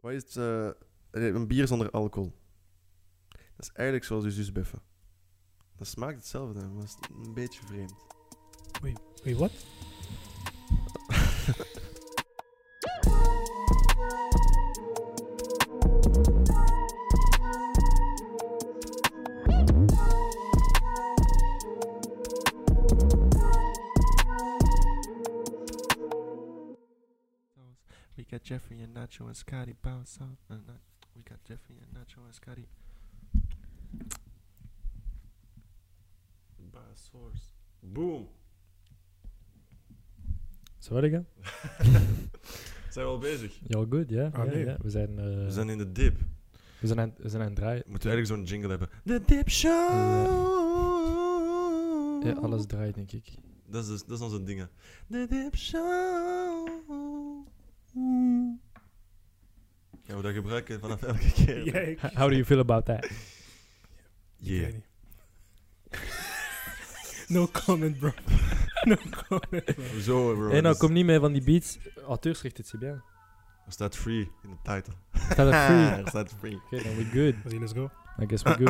Wat is het, eh, een bier zonder alcohol? Dat is eigenlijk zoals je zusbeffen. Dat smaakt hetzelfde, maar dat is een beetje vreemd. Wait, what? We got Jeffrey and Nacho and Scotty bounce out. Uh, not- we got Jeffrey and Nacho and Scotty. Source. Boom. Sorry, gaan. Zijn we al bezig? You're good, ja. Ah, ja, nee. ja. We zijn, eh, We zijn in de dip. we zijn aan, we zijn aan het draaien. Moeten we eigenlijk zo'n jingle hebben? De Dip Show! Ja, alles draait, denk ik. Dat is, dus- dat is onze dingen. De Dip Show! Gaan we dat gebruiken vanaf elke keer? Ja, ik, H- How do you feel about that? ik Yeah. weet niet. No comment, bro. No comment, bro. Zo, bro. Hé, nou dat kom niet meer van die beats. Auteursrecht, het is bien. is- Er staat free in de title. Staat er free. er staat free. Oké, dan we good. Let's see, let's go. I guess we good.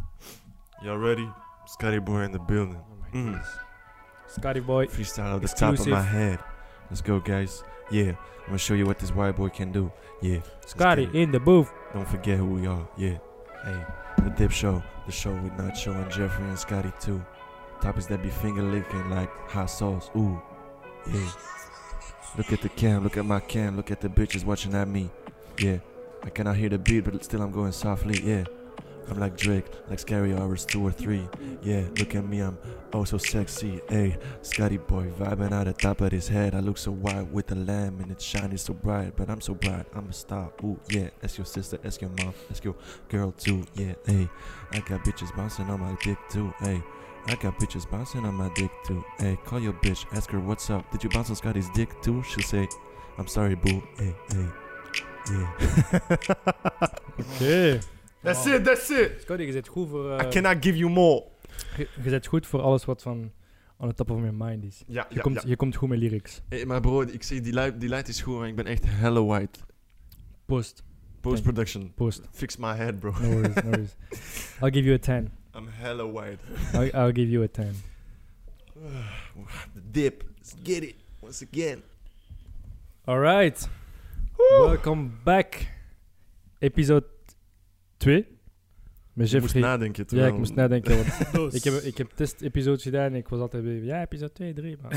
Y'all ready? Scotty Boy in the building. Oh my Mm. goodness. Scotty boy. Freestyle off the top of Exclusive. my head. Let's go, guys. Yeah, I'm gonna show you what this white boy can do. Yeah, Scotty get it. in the booth. don't forget who we are. Yeah, hey, the Dip Show, the show with Nacho and Jeffrey and Scotty too. Topics that be finger licking like hot sauce. Ooh, yeah. Look at the cam, look at my cam, look at the bitches watching at me. Yeah, I cannot hear the beat, but still I'm going softly. Yeah, I'm like Drake, like Scary Hours 2 or 3. Yeah, look at me, I'm oh so sexy. Hey, Scotty boy vibing out the top of his head. I look so white with the lamb and it's shining so bright, but I'm so bright, I'm a star. Ooh, yeah, that's your sister, that's your mom, that's your girl too. Yeah, hey, I got bitches bouncing on my dick too. Hey. I got bitches bouncing on my dick too. Hey, call your bitch, ask her what's up. Did you bounce on Scotty's dick too? She'll say, I'm sorry, boo. Hey, hey, yeah. Oké. That's Wow. it, that's it. Scotty, je zit goed voor... eh, I cannot give you more. je, je zit goed voor alles wat van... On the top of my mind is. Ja, Je, komt, je komt goed met lyrics. Hey, maar bro, ik zie die light, die light is goed, maar ik ben echt hella white. Post. Post-production. Post. Fix my head, bro. No worries, no worries. I'll give you a 10. I'm hella white. I'll, I'll give you a 10. The dip. Let's get it. Once again. Alright. Welcome back. Episode 2. Met Je moest Jeffrey. nadenken, Ja, terwijl- ik moest nadenken. want Doos. ik heb, ik heb testepisodes gedaan en ik was altijd bij... Ja, episode 2, 3, man.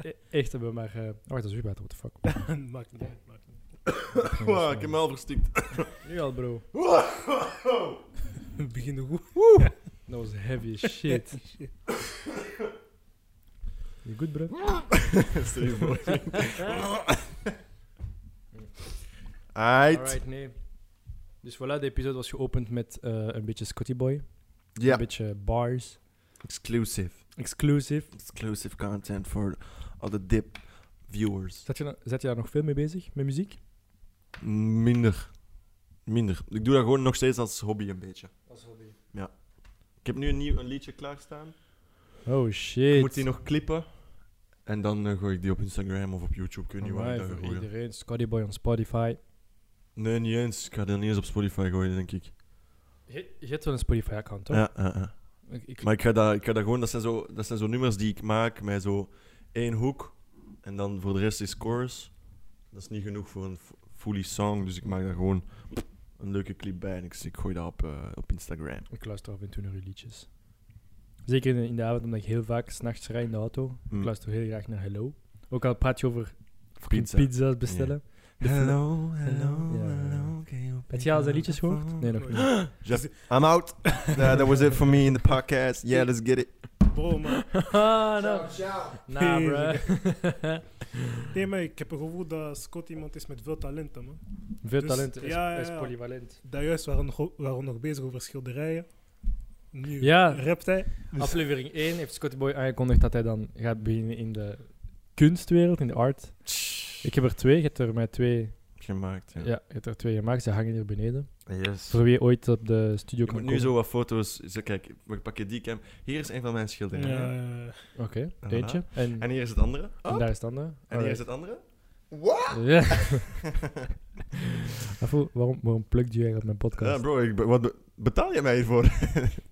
E- Echt hebben we maar... eh, oh, dat is weer beter. What the fuck. maakt niet uit, maakt niet Wow, ik heb me al verstikt. Nu al, bro. uit. We beginnen goed. Dat was heavy as shit. You good, bro? Sorry, bro. Aight. Alright, nee. Dus voilà, de episode was geopend met eh, een beetje Scotty Boy. Een Ja. beetje bars. Exclusive. Exclusive. Exclusive content voor al de dip viewers. Zet je, nou- zet je daar nog veel mee bezig, met muziek? Minder. Minder. Ik doe dat gewoon nog steeds als hobby een beetje. Ik heb nu een nieuw een liedje klaarstaan. Oh shit. Ik moet die nog clippen. En dan eh, gooi ik die op Instagram of op YouTube. Ik weet niet waar ik Alright, dat ga voor gooien. iedereen. Scotty Boy on Spotify. Nee, niet eens. Ik ga dat niet eens op Spotify gooien, denk ik. Je, je hebt wel een Spotify-account, toch? Ja, ja, ja. Ik, ik- Maar ik ga, dat, ik ga dat gewoon... Dat zijn, zo, dat zijn zo nummers die ik maak met zo één hoek. En dan voor de rest is chorus. Dat is niet genoeg voor een f- fully song. Dus ik maak daar gewoon een leuke clip bij. En ik, ik gooi dat op, eh, op Instagram. ik luister af en toe naar uw liedjes. Zeker in de, in de avond, omdat ik heel vaak s'nachts rijd in de auto. Mm. Ik luister heel graag naar Hello. Ook al praat je over fucking Pizza. pizza's bestellen. De fla- Hello, hello, Ja. hello. can you Heb jij al zijn pick liedjes up the gehoord? phone? Nee, nog niet. Jeff, I'm out. Nah, that was it for me in the podcast. Yeah, let's get it. Bro, maar... ah, nou. Nah, bruh. Nee, maar ik heb het gevoel dat Scott iemand is met veel talenten, man. Veel Dus- talent. Is, ja, ja, is ja. polyvalent. Daarjuist waren we nog- waren we nog bezig over schilderijen. Nu Ja. rapt hij. Dus- Aflevering 1 heeft Scotty Boy aangekondigd dat hij dan gaat beginnen in de kunstwereld, in de art. Ik heb er twee, je hebt er mij twee, Gemaakt, ja. ja. je hebt er twee gemaakt, ze hangen hier beneden. Yes. Voor wie ooit op de studio Je kan moet nu komen. zo wat foto's... Zo, kijk, we pakken die cam. Hier is een van mijn schilderijen. Ja, eh, Oké, Voilà. eentje. En, En hier is het andere. oh, en daar is het andere. En hier is Alright. het andere. Ja. Afo, waarom, waarom plukt je eigenlijk mijn podcast? Ja, bro, ik be- wat be- betaal je mij hiervoor?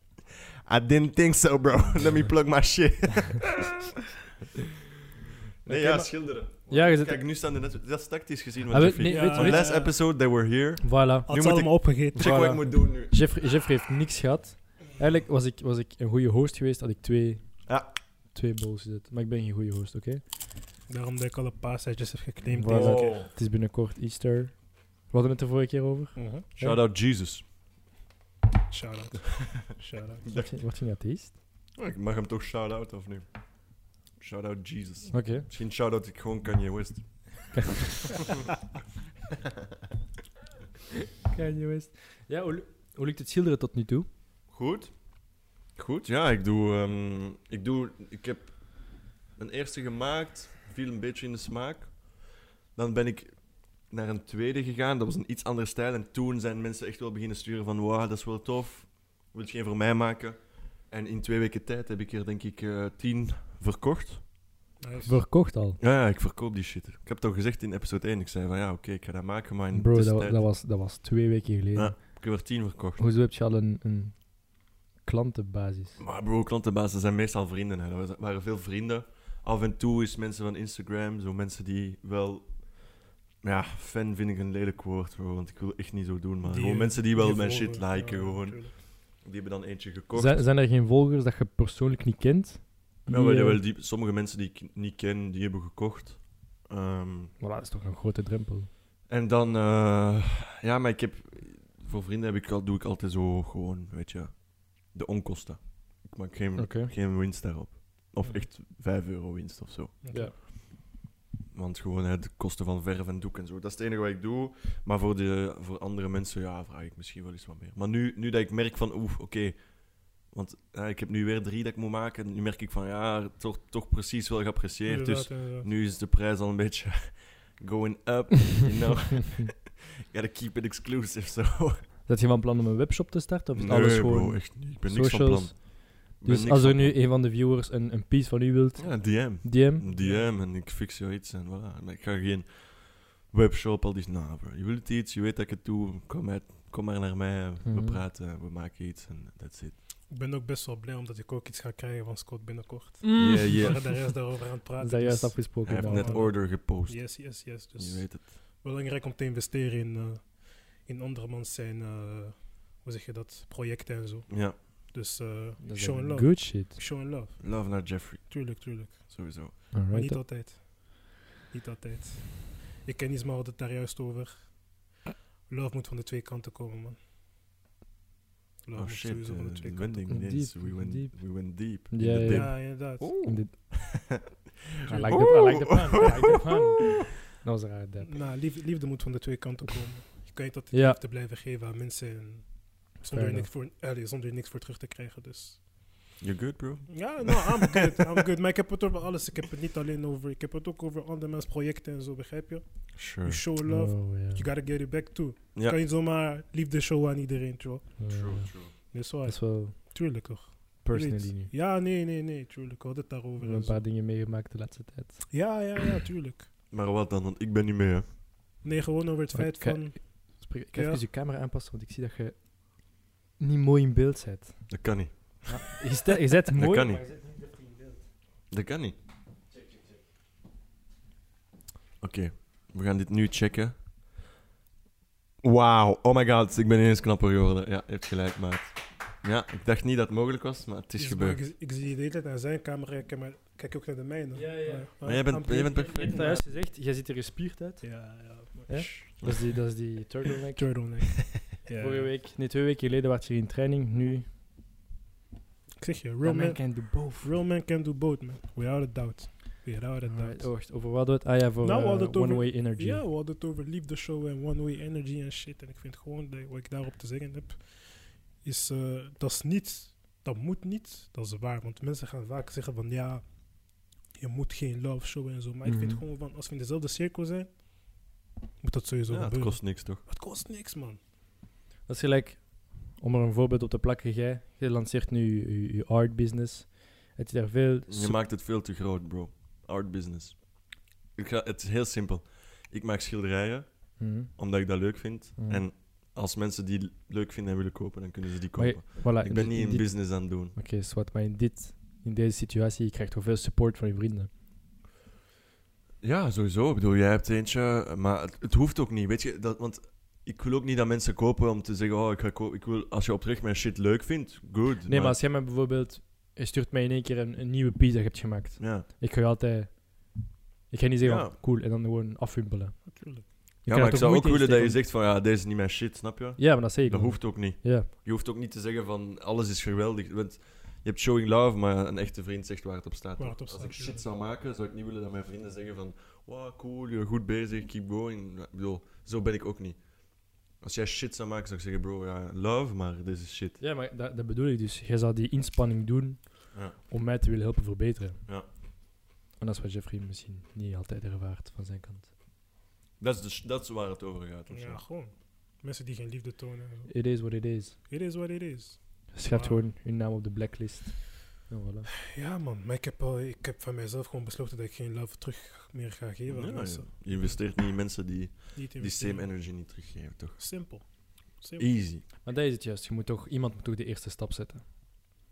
I didn't think so, bro. Let me plug my shit. nee, Oké, ja, maar- schilderen. Ja, je zit- Kijk, nu staan de net... Dat is tactisch gezien Ah, wat we- Jeffrey... nee, Ja, weet, On weet, les- last episode, they were here. voilà. Nu Had moet ze ik- allemaal opgegeten. Check wat Voilà. ik moet doen nu. Jeffrey, Jeffrey heeft niks gehad. Eigenlijk was ik, was ik een goede host geweest, had ik twee, Ja. twee bowls gezet. Maar ik ben geen goede host, oké? Daarom dat ik alle paasetjes heb geclaimd Oh. Voilà. deze keer. Wow. Het is binnenkort Easter. We hadden het de vorige keer over. Mhm. Shout out Jesus. Shout out. Shout out. Wordt je- Wordt je een atheïst? Oh, Ik mag hem toch shout out of nu? Shout out Jesus. Oké. Misschien shout out ik gewoon Kanye West. Kanye West. Ja, hoe, lu- hoe lukt het schilderen tot nu toe? Goed. Goed, ja, ik doe, ehm, ik doe... Ik heb een eerste gemaakt, viel een beetje in de smaak. Dan ben ik naar een tweede gegaan, dat was een iets andere stijl. En toen zijn mensen echt wel beginnen sturen van... Wauw, dat is wel tof. Wil je een voor mij maken? En in twee weken tijd heb ik er denk ik eh, tien verkocht. Nice. Verkocht al. Ja, ja, ik verkoop die shit. Ik heb toch gezegd in episode 1, ik zei van ja, oké, ik ga dat maken, maar in de Bro, dat, tussentijd dat, was, dat was twee weken geleden. Ja. heb ik er tien verkocht. Hoezo heb je al een, een klantenbasis? Maar bro, klantenbazen zijn meestal vrienden. Hè. Dat was- waren veel vrienden. Af en toe is mensen van Instagram, zo mensen die wel... Ja, fan vind ik een lelijk woord, bro, want ik wil echt niet zo doen, maar gewoon mensen die wel mijn shit volgen, liken, ja, gewoon. tuurlijk. Die hebben dan eentje gekocht. Zijn, zijn er geen volgers dat je persoonlijk niet kent? Ja, Die, Nou, wel, eh, jawel, die, sommige mensen die ik niet ken, die hebben gekocht. Ehm, Voilà, dat is toch een grote drempel. En dan, eh, ja, maar ik heb, voor vrienden heb ik, al- doe ik altijd zo gewoon, weet je, de onkosten. Ik maak geen, Oké. geen winst daarop. Of Ja. echt 5 euro winst of zo. Ja. Want gewoon hè, de kosten van verf en doek en zo. Dat is het enige wat ik doe. Maar voor, de, voor andere mensen, ja, vraag ik misschien wel eens wat meer. Maar nu, nu dat ik merk van, oeh, oké. want ja, ik heb nu weer drie dat ik moet maken. Nu merk ik van, ja, toch, toch precies wel geapprecieerd. Dus Inderdaad, inderdaad. nu is de prijs al een beetje going up, you know. Gotta keep it exclusive, zo. Zet je van plan om een webshop te starten? Of is Nee, alles bro, gewoon echt niet. Ik ben niks van socials? plan. Ik ben Dus niks als er van nu plan. een van de viewers een, een piece van u wilt, Ja, DM. DM. Een DM en ik fix jou iets en voilà. Maar ik ga geen webshop, al die... Nou, bro, je wilt iets, je weet dat ik het doe, kom, uit, kom maar naar mij, we Mhm. praten, we maken iets en that's it. Ik ben ook best wel blij omdat ik ook iets ga krijgen van Scott binnenkort. Yeah, We yeah. waren daar eerst daarover aan het Dat praten. is dat juist dus- Hij afgesproken. heeft nou. net order gepost, Yes, yes, yes. je Dus weet het. belangrijk om te investeren in, eh, in andermans zijn, eh, hoe zeg je dat, projecten en zo. Ja, Dus eh, Dat is show and echt love. good shit. Show and love. love naar Jeffrey, Tuurlijk, tuurlijk. sowieso. Maar Alright. niet altijd. Niet altijd. Ik ken Isma had het daar juist over. Love moet van de twee kanten komen, man. Oh Love moet shit, sowieso van de eh, twee the kanten wending, yes, Diep, we went diep. we went deep. in Ja, the ja, komen. dip. Ja, inderdaad. Oh. In dit- I like the, I Oeh. like the pun. I like the pun. Dat was raar, dat. Nou, lief- liefde moet van de twee kanten komen. Je kan niet altijd Ja. liefde blijven geven aan mensen en zonder, er enough. niks voor, eh, allee, zonder er niks voor terug te krijgen. Dus. You're good, bro? Ja, nou, I'm good, I'm good. Maar ik heb het over alles. Ik heb het niet alleen over. Ik heb het ook over andermans projecten en zo, begrijp je? You Sure. show love, Oh, ja. you gotta get it back too. Ja. Kan je zomaar liefde showen aan iedereen, joh. Oh, ja. true. Dus Dat waar, is wel tuurlijk toch. personally Weet. nu. Ja, nee, nee, nee, tuurlijk. Ik had het We daarover. hebben en een zo. paar dingen meegemaakt de laatste tijd. Ja, ja, ja, tuurlijk. Maar wat dan, want ik ben niet mee, hè. Nee, gewoon over het Maar feit kijk, van. Spreek, ik ga Ja. even je camera aanpassen, want ik zie dat je niet mooi in beeld zit. Dat kan niet. Je zit- je zit mooi, kan maar niet. je zit niet echt in beeld. Dat kan niet. Oké, we gaan dit nu checken. Wauw, oh my god, ik ben ineens knapper geworden. Ja, je hebt gelijk, maat. Ja, ik dacht niet dat het mogelijk was, maar het is Dus maar gebeurd. Ik, ik zie je de hele tijd naar zijn camera, ik kijk maar kijk ook naar de mijne. Ja, ja. Maar jij bent, jij bent Je hebt perfect. dat juist gezegd, jij ziet er gespierd uit. Ja, ja. maar- Hè? Dat is die, dat is die turtleneck. Turtleneck. ja. Vorige week, nee, twee weken geleden was je in training, nu... Ik zeg je, real Roman man, can do both. real man can do both, man. Without a doubt. Without a Alright, doubt. oh, wacht, over wat doet? Ah ja, voor Nou, we hadden eh, het over- one-way oh. energy. Ja, we hadden het over liefdeshow en one-way energy en shit. En ik vind gewoon, dat, wat ik daarop te zeggen heb, is eh, dat is niet, dat moet niet, dat is waar. Want mensen gaan vaak zeggen van, ja, je moet geen love show en zo. Maar ik vind Mhm. gewoon van, als we in dezelfde cirkel zijn, moet dat sowieso Ja, het gebeuren. kost niks, toch? het kost niks, man. Dat is gelijk, om er een voorbeeld op te plakken, jij, jij lanceert nu je- je, je art business. Heb je daar veel... Je maakt het veel te groot, bro. Art business. Ik ga, het is heel simpel. Ik maak schilderijen. Mhm. omdat ik dat leuk vind. Mhm. En als mensen die l- leuk vinden en willen kopen, dan kunnen ze die Maar je- kopen. voilà, ik ben niet in dit- business aan het doen. Oké, zwart, maar in, dit, in deze situatie, je krijgt toch veel support van je vrienden. Ja, sowieso. Ik bedoel, jij hebt eentje, maar het, het hoeft ook niet. Weet je, dat, want ik wil ook niet dat mensen kopen om te zeggen: Oh, ik ga kopen. Ik wil, als je oprecht mijn shit leuk vindt, good. Nee, maar als jij mij bijvoorbeeld... Je stuurt mij in één keer een, een nieuwe pizza hebt gemaakt. Ja, Ik ga je altijd... Ik ga niet zeggen, Ja. oh, cool, en dan gewoon afwimpelen. natuurlijk. Je ja kan er maar ik toch zou ook moeite in willen dat je steken zegt: van ja, deze is niet mijn shit, snap je? om- Ja, maar dat zeg ik Dat wel. hoeft ook niet. Ja, Je hoeft ook niet te zeggen van alles is geweldig. Want je hebt showing love, maar een echte vriend zegt waar het op staat. Waar het op Als staat, ik ja. shit zou maken, zou ik niet willen dat mijn vrienden zeggen van wow, cool, je bent goed bezig, keep going. Ja, Ik bedoel, zo ben ik ook niet. Als jij shit zou maken, zou ik zeggen bro, ja, love, maar dit is shit. ja maar dat, dat bedoel ik dus. Jij zou die inspanning doen Ja. om mij te willen helpen verbeteren. Ja. En dat is wat Jeffrey misschien niet altijd ervaart van zijn kant. Dat is, de sh- dat is waar het over gaat. of zo. Ja, gewoon. Mensen die geen liefde tonen. en zo. It is what it is. It is what it is. Schrijf Wow. gewoon hun naam op de blacklist. En voilà. Ja, man. Maar ik heb, al- ik heb van mijzelf gewoon besloten dat ik geen love terug meer ga geven aan Ja, mensen. Je investeert niet in mensen die Die, het die investeren. same energy niet teruggeven, toch? Simpel. Simpel. Easy. Maar dat is het juist. Je moet toch, iemand moet toch de eerste stap zetten.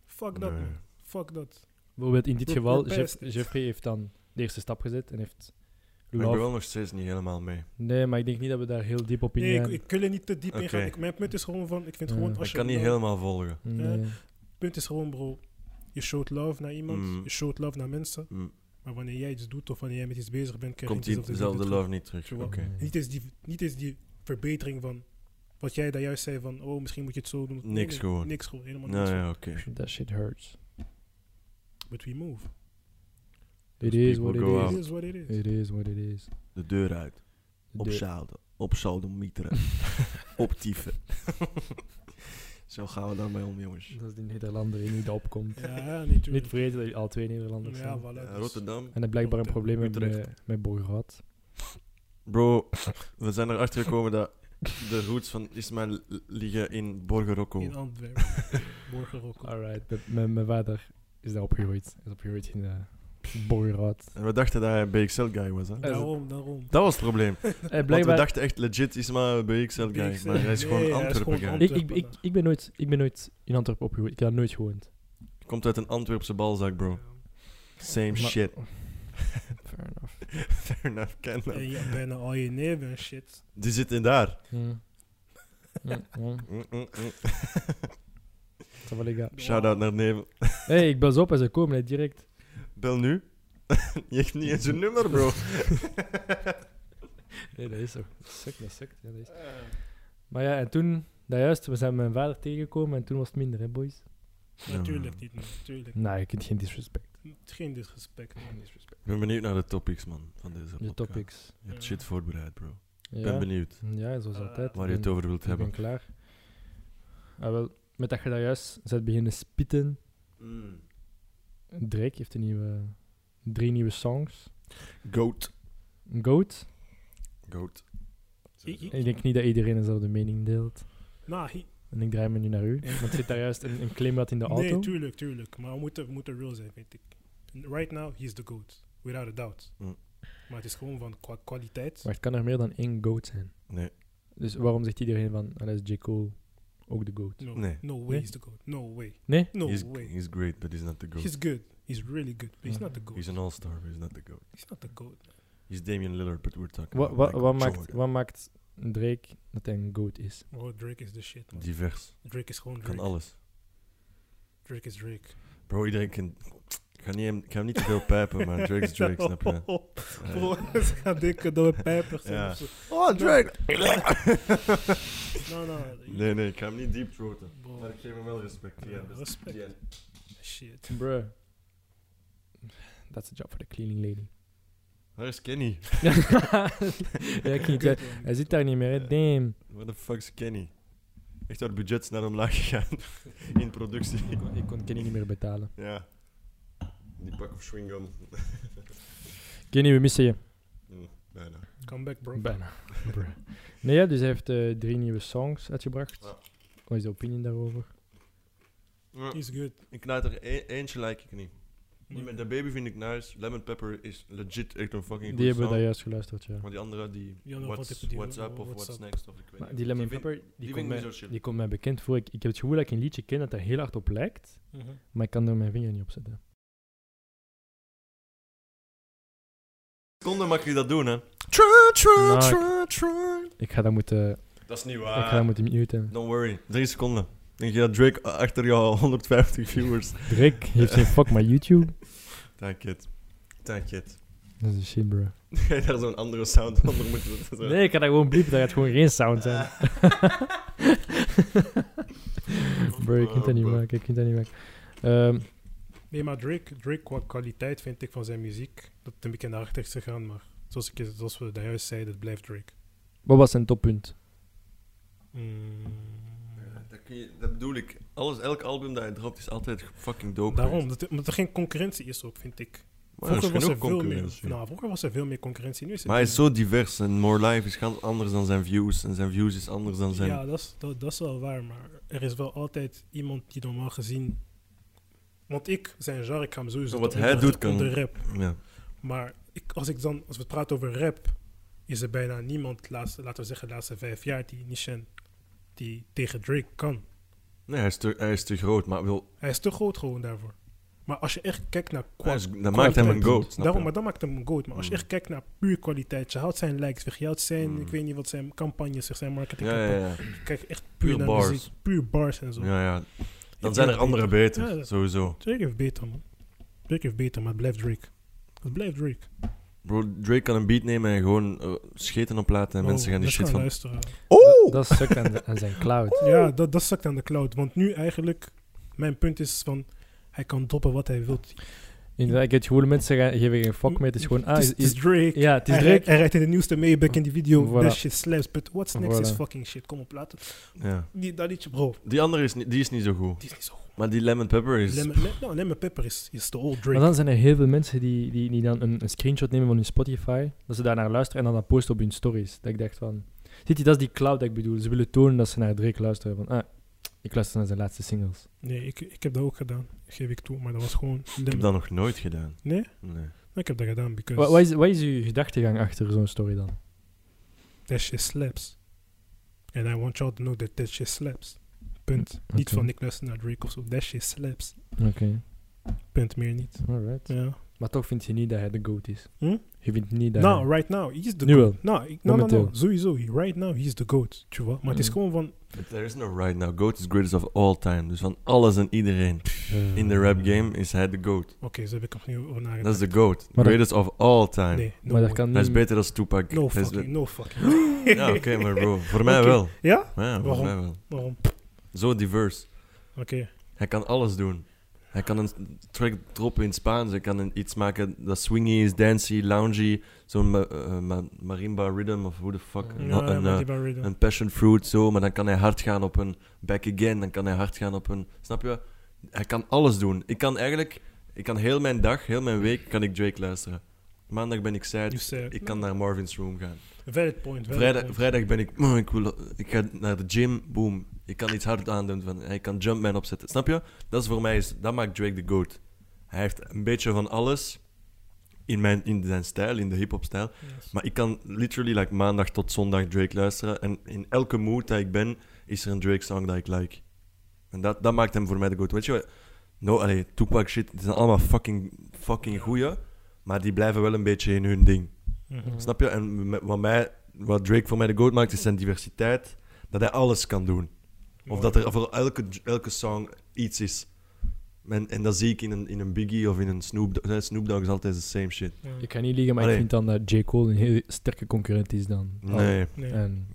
Fuck dat, Nee. man. Fuck dat. Bijvoorbeeld in dit Pro- geval, probeer Jeff- het eens. Jeffrey heeft dan de eerste stap gezet en heeft Maar ik ben love- wel nog steeds niet helemaal mee. Nee, maar ik denk niet dat we daar heel diep op in Nee, ik, gaan. ik wil er niet te diep in gaan. Oké. Ik- Mijn punt is gewoon van, ik vind Ja. gewoon... Als Ik je kan niet love- helemaal volgen. Nee. eh. punt is gewoon, bro. Je showt love naar iemand. Mm. Je showt love naar mensen. Mm, Maar wanneer jij iets doet of wanneer jij met iets bezig bent... krijg je Komt niet die eens of dezelfde dit- love niet terug? Oké. Jawel. Niet eens, die, niet eens die verbetering van... Wat jij daar juist zei van... Oh, misschien moet je het zo doen. Nee, Niks nee, gewoon. Niks gewoon. Helemaal niks Nou gewoon. ja, oké. That shit hurts. But we move. It Those is people what it go is. out. It is what it is. It is what it is. De deur uit. De- Opzouden. Opzouden mieteren. Optieven. Zo gaan we daarmee om, jongens. Dat is die Nederlander die niet opkomt. Ja, niet Niet vergeten dat je al twee Nederlanders Ja, zijn. voilà. Eh, dus- Rotterdam. En dat blijkbaar een probleem hebben Utrecht. met, met Borgerhout. Bro, we zijn erachter gekomen dat de roots van Ismaël liggen in Borgerokko. In Antwerpen. Morgen ook. Alright, met- met mijn vader is daar opgegroeid. Is opgegroeid in eh Borgerhout. En we dachten dat hij een BXL-guy was, hè? Eh, Daarom, daarom. Dat was het probleem. En Want we Eh, blijkbaar, dachten echt legit Ismaël een BXL-guy. BXL. Maar hij is Nee, gewoon hij een is Antwerpen gewoon guy. ik, ik, ik, ik, ben nooit, ik ben nooit in Antwerpen opgegroeid. Ik heb daar nooit gewoond. Komt uit een Antwerpse balzak, bro. Same Maar- shit. Fair enough. Fair enough, ken Ja. dat. En je hebt bijna al je neven en shit. Die zitten daar. Mm. Mm, mm. Mm, mm, mm. Ça va, les gars. Shout-out naar Neven. Hey, ik bel ze op en ze komen hè, direct. Bel nu. Je hebt niet eens een nummer, bro. Nee, dat is zo. Dat sukt, dat sukt. Ja, dat is. Maar ja, en toen, dat juist, we zijn mijn vader tegengekomen en toen was het minder, hè, boys? Natuurlijk niet, man. Natuurlijk. Nee, je kunt geen disrespect. Geen disrespect, man. Ik ben benieuwd naar de topics, man, van deze De podcast. topics. Je hebt Ja. shit voorbereid, bro. Ik Ja, ben benieuwd ja zoals Eh, altijd. waar je Ik het ben- over wilt Ik ben hebben. klaar. Ah, wel, met dat je daar juist bent beginnen spitten. Drake heeft een nieuwe, drie nieuwe songs. Goat. Goat. Goat. Ik- ik- Ik denk niet dat iedereen dezelfde mening deelt. Nou, hi- En ik draai me nu naar u. Want het zit daar juist een, een claimrat in de auto. nee, tuurlijk, tuurlijk. Maar we moeten, we moeten real zijn, vind ik. Right now, he's the GOAT. Without a doubt. Mm. Maar het is gewoon van qua kwaliteit. Maar het kan er meer dan één goat zijn. Nee. Dus waarom zegt iedereen van, ah, dat is J. Cole ook de goat? No, Nee. no way Nee? he's the GOAT. No way. Nee? No he's, way. he's great, but he's not the goat. He's good. He's really good. But he's Ja. not the GOAT. He's an all-star, but he's not the goat. He's not the GOAT. He's Damian Lillard, but we're talking Wa- wa- about wat, Michael maakt, Jordan. wat maakt Drake dat hij een goat is? Bro, Drake is the shit, man. Divers. Drake is gewoon Kan Drake. alles. Drake is Drake. Bro, iedereen kan... Ik ga, niet, hem- ik ga hem niet te veel pijpen, maar Drake is Drake, snap je? Oh. Bro, ze gaan denken dat we pijpig zijn Ja. of zo. Oh, Drake! Nou, nou. Nee, nee, ik ga hem niet deep throaten. Bro, Maar ik geef hem wel respect. Ja, best- Respect. ja. shit. Bruh. That's the job for the cleaning lady. Waar is Kenny? ja, ik niet, hè. hij zit daar niet meer, hè. Damn. What the Eh, fuck is Kenny? Echt waar budgets naar omlaag gegaan in productie. Ik kon, ik kon Kenny niet meer betalen. Ja. Die pak of swingum. Kenny, we missen je. Hm, bijna. Come back, bro. Bijna. Bruh. Nee, ja, dus hij heeft eh, drie nieuwe songs uitgebracht. Ja. Wat is de opinie daarover? Ja, He's good. Ik laat er e- eentje like ik niet. Hm. Die met de baby vind ik nice. Lemon pepper is legit echt een fucking Die goede hebben song. daar juist geluisterd, ja. Maar die andere, die, Die andere what's, wat heb je die- eh, what's up of what's what's, up? next of ik weet Maar niet. die lemon vind- pepper, die, die komt vind ik mij, niet zo chill. die komt mij bekend voor. Ik, ik heb het gevoel dat ik een liedje ken dat er heel hard op lijkt, Mhm. maar ik kan er mijn vinger niet op zetten. seconden mag je dat doen, hè? Nou, ik- Ik ga dat moeten, Dat is niet ik ga dat waar. moeten muten. Don't worry. Drie seconden. Denk je dat Drake a- achter jou al 150 viewers? Drake heeft geen fuck maar YouTube. Thank it. Thank it. Dat is shit, bro. Ga je daar zo'n andere sound onder moeten zetten? Nee, ik kan dat gewoon bliepen. Dat gaat gewoon geen sound zijn. bro, ik kan dat niet maken. Ik kan dat niet maken. Ehm, Nee, maar Drake, Drake qua kwaliteit vind ik van zijn muziek dat het een beetje naar achter is gegaan. Maar zoals, ik, zoals we daar juist zeiden, het blijft Drake. wat was zijn toppunt? Hmm. Ja, Eh, Dat, kun je, dat bedoel ik. Alles, elk album dat hij dropt is altijd fucking dope. Daarom, dat, omdat er geen concurrentie is ook, vind ik. Maar er is was genoeg er, veel meer, concurrentie. nou, vroeger was er veel meer concurrentie. Nu is het Maar hij is zo divers en More Life is ganz anders dan zijn views. En zijn views is anders dan zijn... Ja, dat is, dat, dat is wel waar, maar er is wel altijd iemand die normaal gezien... Want ik, zijn genre, ik ga hem sowieso... Wat onder- hij doet, kan- dus Onder rap. Ja. Maar ik, als, ik dan, als we praten over rap, is er bijna niemand, laatste, laten we zeggen, de laatste vijf jaar, die Nishan, die tegen Drake kan. Nee, hij is te, hij is te groot, maar wil, Hij is te groot gewoon daarvoor. Maar als je echt kijkt naar hij qua is- dat maakt hem een goat. snap Daarom, je? maar dat maakt hem een goat. Maar als je Mm. echt kijkt naar puur kwaliteit, je houdt zijn likes weg, je houdt zijn, Mm. ik weet niet wat zijn campagnes, zeg, zijn marketing. Ja, ja, ja. Je kijkt echt puur, Puur naar bars. muziek, puur bars en zo. ja, ja. Dan Ik zijn er vind het andere beter. beter, Ja, dat- sowieso. Drake heeft beter, man. Drake heeft beter, maar het blijft Drake. Het blijft Drake. Bro, Drake kan een beat nemen en gewoon eh, scheten op laten en Oh, mensen gaan die dat shit gaan van... Oh! luisteren. Dat, dat sukt aan, aan zijn cloud. Ja, dat, dat zakt aan de cloud. Want nu eigenlijk, mijn punt is van, hij kan droppen wat hij wil. Inderdaad, ik heb het gevoel, mensen gaan- geven geen fuck mee. Het is gewoon... Ah, Mm, het, is, is, het is Drake. ja, het is Hij- Drake. Hij rijdt in de nieuwste Maybach in die video. Voilà. That shit slaps, but what's next is Voilà. fucking shit. Kom op, laat het. Ja. Die, dat liedje, bro, Die andere is, niet- die is niet zo goed. die is niet zo goed. Maar die Lemon Pepper is... Lemon, le, no, Lemon Pepper is, is de old Drake. Maar dan zijn er heel veel mensen die, die, die dan een, een screenshot nemen van hun Spotify, dat ze daarnaar luisteren en dan dat posten op hun stories. Dat ik dacht van... Ziet je, dat is die cloud dat ik bedoel. Ze willen tonen dat ze naar Drake luisteren. Van, ah, ik luister naar zijn laatste singles. Nee, ik, ik heb dat ook gedaan. Geef ik toe, maar dat was gewoon Ik heb Lemon. dat nog nooit gedaan. Nee? Nee. Ik heb dat gedaan, because Wa- Wat is, wat is uw gedachtegang achter zo'n story dan? that shit slaps. And I want y'all to know that that shit slaps. Punt. Mm, Niet Oké. van ik luister naar Drake of zo. That shit slaps. Oké, Punt, meer niet. alright. Ja. Maar toch vind je niet dat hij de GOAT is? Hm? Je vindt niet dat Nou, hij... right now, he's the Nu goat. wel. Nou, ik, no, no, no, Momenteel. sowieso. he- Right now, he's the goat. Tu vois? Maar het is Mm. gewoon van... But There is no right now. GOAT is greatest of all time. Dus van alles en iedereen Eh, in de rap game is hij de GOAT. Oké, zo heb ik nog niet over nagedacht. Dat Hmm. is de GOAT. dat- Greatest of all time. Nee, no maar dat way. kan niet... Hij is beter dan Tupac. No Hij is fucking, be- no fucking. Ja, oké, maar bro. Voor mij Oké. wel. Ja? Ja, voor Waarom? mij wel. Waarom? Zo diverse. Oké. Hij kan alles doen. Hij kan een track droppen in Spaans. Hij kan een, iets maken dat swingy is, dancy, loungy. Zo'n ma- eh, ma- marimba rhythm of hoe de fuck. Ja, Een- Ja, een, maar eh, die Barry dan. een passion fruit zo. Maar dan kan hij hard gaan op een back again. Dan kan hij hard gaan op een. Snap je? Hij kan alles doen. Ik kan eigenlijk. Ik kan heel mijn dag, heel mijn week, kan ik Drake luisteren. Maandag ben ik You sad. said- Ik kan naar Marvin's Room gaan. Valid point. valid Vrijdag, point. vrijdag ben ik, "Mm, ik, wil, ik ga naar de gym, boom. Ik kan iets hard aandoen, van, ik kan Jumpman opzetten. Snap je? Dat is voor mij, is, dat maakt Drake de GOAT. Hij heeft een beetje van alles in, mijn, in zijn stijl, in de hip-hop stijl. Yes. Maar ik kan literally like, maandag tot zondag Drake luisteren. En in elke mood dat ik ben, is er een Drake-song dat ik like. En dat, dat maakt hem voor mij de GOAT. Weet je wat? No, allee, Tupac shit, het zijn allemaal fucking, fucking goeie. Maar die blijven wel een beetje in hun ding. Mhm. Snap je? En met- wat, mij, wat Drake voor mij de goat maakt, is zijn diversiteit. Dat hij alles kan doen. Of Mooi. dat er voor elke, elke song iets is. En, en dat zie ik in een, in een Biggie of in een Snoop Dogg. Nee, Snoop Dogg is altijd de same shit. Ja. Ik ga niet liegen, maar Allee. ik vind dan dat J. Cole een heel sterke concurrent is dan... Oh. Nee, Nee. En...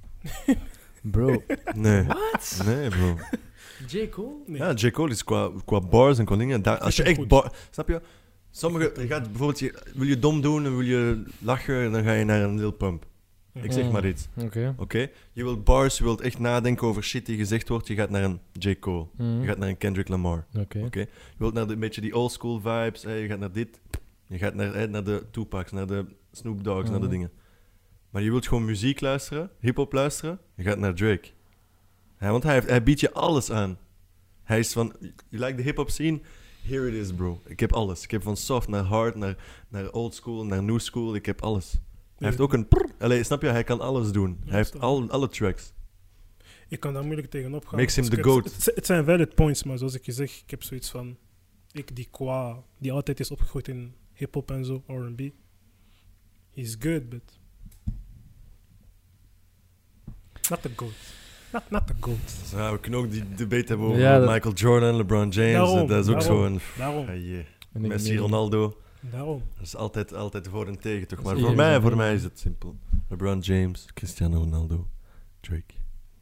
Bro. nee. Wat? Nee, bro. J. Cole? Nee. Ja, J. Cole is qua, qua bars en qua dingen. daar- als je vind echt het bar... Snap je? Sommige... Je gaat bijvoorbeeld... Je, wil je dom doen en wil je lachen, dan ga je naar een Lil Pump. Ik zeg Mhm. maar iets. Oké. Oké? Je wilt bars, je wilt echt nadenken over shit die gezegd wordt. Je gaat naar een J. Cole. Hm? Mhm. Je gaat naar een Kendrick Lamar. Oké. Oké. Je wilt naar de, een beetje die old school vibes. hè, je gaat naar dit. Je gaat naar, hè, naar de Tupac's, naar de Snoop Dogg's, naar de Mhm. dingen. Maar je wilt gewoon muziek luisteren, hip-hop luisteren. Je gaat naar Drake. Hè, want hij, heeft- hij biedt je alles aan. Hij is van. You like the hip-hop scene? Here it is, bro. Ik heb alles. Ik heb van soft naar hard, naar, naar old school, naar new school. Ik heb alles. Hij heeft ook een... prrr. Allee, snap je? Hij kan alles doen. Ja, Hij heeft snap. al, alle tracks. Ik kan daar moeilijk tegenop gaan. Makes him Dus the ik heb- goat. Het, het zijn valid points, maar zoals ik je zeg, ik heb zoiets van... Ik die qua... Die altijd is opgegroeid in hip-hop en zo, R&B. He's good, but... Not the goat. Not, not the goat. Dus, ja, we kunnen ook die debate hebben over Ja, dat- Michael Jordan, LeBron James. eh, Daarom, dat is ook daarom. zo'n... Daarom, Ah, jee. En ik Messi, meen- Ronaldo. daarom. Dat is altijd, altijd voor en tegen, toch? Dat Maar is voor iedereen mij, zijn voor ding. mij is het simpel. LeBron James, Cristiano Ronaldo, Drake.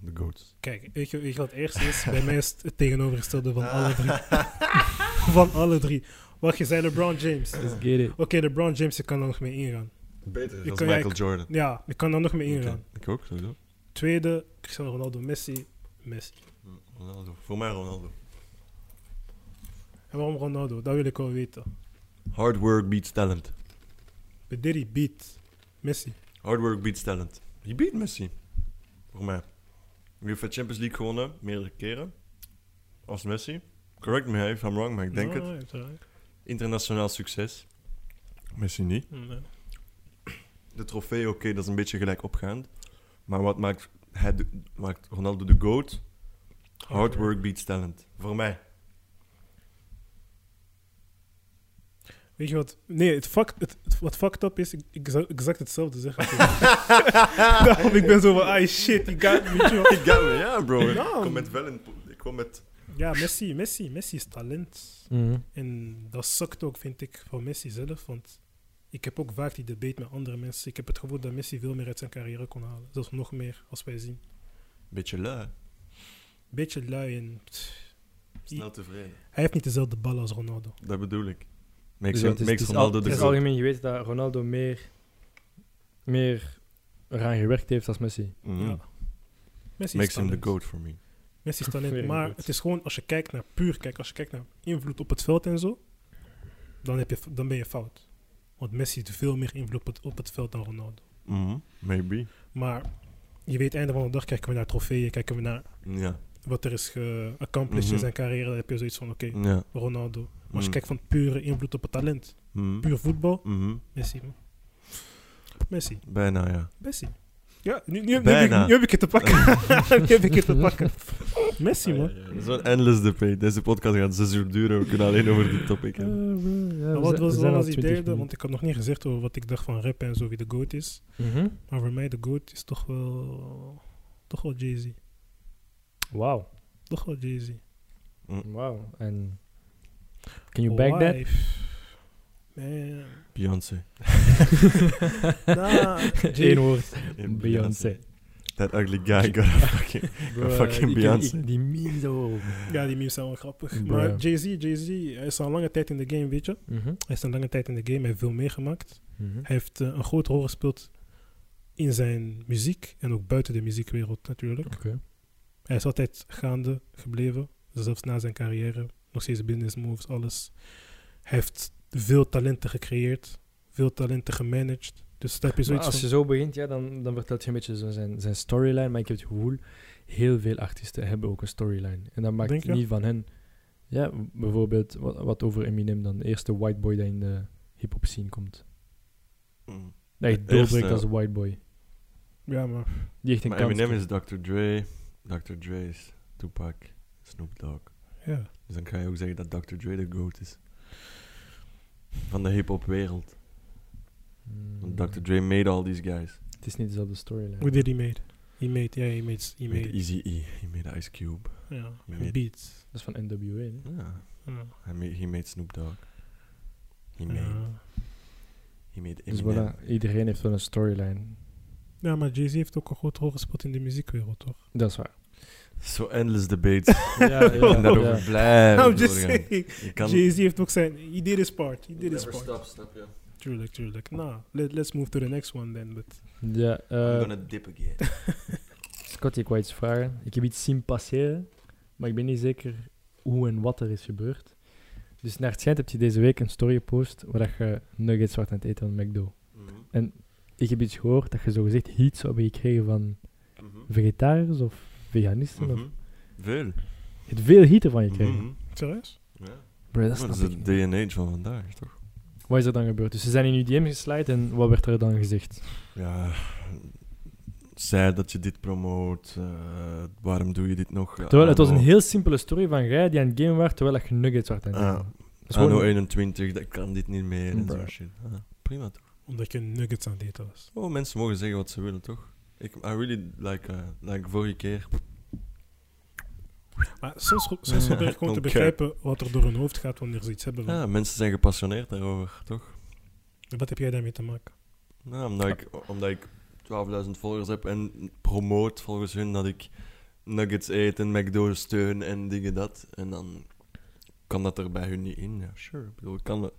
The GOATs. Kijk, weet je, weet je wat het eerste is? Bij mij is het het tegenovergestelde Ah. van alle drie. van alle drie. Wacht, je zei LeBron James. Let's get it. Oké, LeBron James, ik kan er nog mee ingaan. Beter Je dan kan- Michael ik- Jordan. Ja, ik kan daar nog mee Oké, ingaan. Ik ook, sowieso. Tweede, Cristiano Ronaldo, Messi. Messi. Ronaldo. Voor mij Ronaldo. En waarom Ronaldo? Dat wil ik wel weten. Hard work beats talent. But did he beat Messi? Hard work beats talent. Je beat Messi. Voor mij. Wie heeft de Champions League gewonnen? Meerdere keren. Als Messi. Correct me if I'm wrong, maar ik denk Nee, het. nee, nee. Internationaal succes. Messi niet. Nee. De trofee, oké, dat is een beetje gelijk opgaand. Maar wat maakt, hij de- maakt Ronaldo de GOAT? Hard work beats talent. Voor mij. Weet je wat? Nee, het fuck, het, het- wat fucked up is, ik, ik zou exact hetzelfde zeggen. Daarom, ik ben zo van, ah shit, you got me, joh. Ik got me, ja bro. Ik Ja. kom met wel een... po- Ik kom met... Ja, Messi, Messi, Messi is talent. Mhm. En dat zakt ook, vind ik, voor Messi zelf. Want ik heb ook vaak die debate met andere mensen. Ik heb het gevoel dat Messi veel meer uit zijn carrière kon halen. Zelfs nog meer, als wij zien. Beetje lui. Beetje lui en... pff, Snel tevreden. Hij heeft niet dezelfde bal als Ronaldo. Dat bedoel ik. Makes, Dus ja, het is- makes het is al- Ronaldo Het de is GOAT. algemeen geweten dat Ronaldo meer, meer eraan gewerkt heeft als Messi. Mhm. Ja. Messi Makes is him the talent. GOAT for me. Messi is Very talent. Maar good. het is gewoon, als je kijkt naar puur, kijk, als je kijkt naar invloed op het veld en zo, dan, heb je, dan ben je fout. Want Messi heeft veel meer invloed op het, op het veld dan Ronaldo. Mhm, Maybe. Maar je weet, einde van de dag kijken we naar trofeeën, kijken we naar Ja. wat er is geaccomplished Mhm. Mm. in zijn carrière. Dan heb je zoiets van, oké, ja. Ronaldo. Maar als je Mm. kijkt van pure invloed op het talent, Mhm. puur voetbal, Mhm. Messi, man. Messi, Bijna, ja. Messi. Ja, nu, nu, nu, heb ik, Bijna. nu heb ik het te pakken. nu heb ik het te pakken. Messi, man. Dat is een endless debate. Deze podcast gaat zes uur duren. We kunnen alleen over dit topic Eh, hebben. Maar wat was, wat was die derde? Want ik had nog niet gezegd over wat ik dacht van rap en zo, wie de GOAT is. Mhm. Maar voor mij de GOAT is toch wel... Toch wel Jay-Z. Wauw. Toch wel Jay-Z. Wauw. En... Can you back that? Wife. Oh, Man. Beyoncé. Nah, Eén woord. Beyoncé. Beyoncé. That ugly guy got a fucking... Bro, fucking ik- Beyoncé. ik- Die meme zo. Ja, die memes zijn wel grappig. Bruh. Maar Jay-Z, Jay-Z, hij is al een lange tijd in de game, weet je. Mhm. Hij is een lange tijd in de game, hij heeft veel meegemaakt. Mhm. Hij heeft eh, een grote rol gespeeld in zijn muziek en ook buiten de muziekwereld natuurlijk. Oké. Hij is altijd gaande gebleven, zelfs na zijn carrière. Nog steeds business moves, alles. Hij heeft veel talenten gecreëerd, veel talenten gemanaged. Dus daar heb je Maar zoiets als je van. zo begint, ja, dan, dan vertelt je een beetje zo zijn, zijn storyline. Maar ik heb het gevoel, heel veel artiesten hebben ook een storyline. En dat maakt Denk je? niet van hen... Ja, w- bijvoorbeeld wat, wat over Eminem dan. De eerste white boy die in de hip-hop scene komt. Mhm. Dat echt De eerste, doorbreekt als ja. white boy. Ja, maar Die echt een Maar kans Eminem krijgt. is Dr. Dre. Dr. Dre is Tupac. Snoop Dogg. ja. Dus dan kan je ook zeggen dat Dr. Dre de GOAT is. Van de hip-hop wereld. Mm, Want Dr. Dre made all these guys. Het is niet dezelfde storyline. Hoe did he made? He made, ja, he made, he He made made, Easy E. He made Ice Cube. ja, he made- beats. Dat is van NWA. hè? Ja. Ja. Hij ma- he made Snoop Dogg. He made, Ja. he made Dus Eminem. voilà, iedereen heeft wel een storyline. Ja, maar Jay-Z heeft ook een grote rol gespeeld in de muziekwereld, toch? Dat is waar. Zo endless debates. Ja, ja, Ik kan daarover ja. blijven I'm just doorgaan. saying. Je kan... Nou, Jay-Z heeft ook zijn... He did his part. He did his part. stop, Tuurlijk, tuurlijk. Nou, let, let's move to the next one then. But Ja, eh, I'm gonna dip again. Scott, ik wou iets vragen. Ik heb iets zien passeren, maar ik ben niet zeker hoe en wat er is gebeurd. Dus naar het schijnt heb je deze week een story gepost waar dat je nuggets wordt aan het eten van McDo. Mhm, Ik heb iets gehoord dat je zogezegd heat zou hebben gekregen van mhm. vegetariërs of veganisten. of- Veel. Je hebt veel heat ervan gekregen. Mhm. serieus? Ja. Bro, dat Maar snap dat is ik het DNA niet. van vandaag, toch? Wat is er dan gebeurd? Dus ze zijn in uw DM geslijt en wat werd er dan gezegd? Ja, zei dat je dit promoot. eh, waarom doe je dit nog? Terwijl het was een Anno- heel simpele story van jij die aan het game was terwijl dat je nuggets werd aan het Ah, eten. Dat is anno gewoon- 21, dat kan dit niet meer en Bruh. zo shit. Ah, prima toch? Omdat je nuggets aan het eten was. Oh, mensen mogen zeggen wat ze willen, toch? Ik, I really, like, eh, like vorige keer. Maar soms, pro- soms probeer ik gewoon te Oké. Ah. begrijpen wat er door hun hoofd gaat wanneer ze iets hebben. Van, Ja, mensen zijn gepassioneerd daarover, toch? Wat heb jij daarmee te maken? Nou, omdat ik, omdat ik 12.000 volgers heb en promoot volgens hun dat ik nuggets eet en McDo steun en dingen dat. En dan kan dat er bij hun niet in. Ja, sure. Ik bedoel, ik kan dat-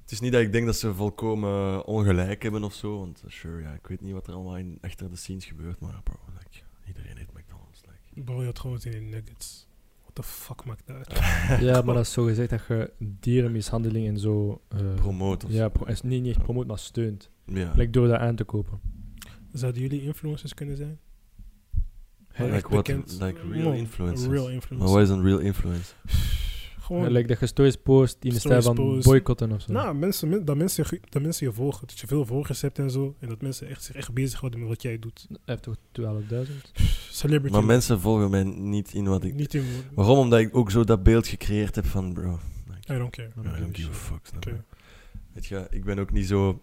Het is niet dat ik denk dat ze volkomen ongelijk hebben of zo. Want eh, sure, ja, ik weet niet wat er allemaal in, achter de scenes gebeurt. Maar bro, like, iedereen eet Eh, McDonald's. Like. Bro, je had gewoon zin in nuggets. What the fuck maakt dat uit? Ja, maar dat is zo gezegd dat je dierenmishandeling en zo... eh, Promoot of Ja, zo. pro- is niet, niet echt promoot, maar steunt. Ja. Like door dat aan te kopen. Zouden jullie influencers kunnen zijn? Hey, Echt like what? bekend. Like real Wow, influencers. Real Maar wat influencers. is een real influencer? Gewoon, Ja, like dat je stories post in de stijl Stories van post. boycotten of zo. nou, mensen, men- dat, mensen, je- dat mensen je volgen. Dat je veel volgers hebt en zo. En dat mensen echt, zich echt bezighouden met wat jij doet. Hij heeft toch 12.000? Celebrity. Maar mensen volgen mij niet in wat ik... Niet in... Waarom? Omdat ik ook zo dat beeld gecreëerd heb van bro. I don't care. I don't give a fuck. snap je? Oké. Weet je, ik ben ook niet zo...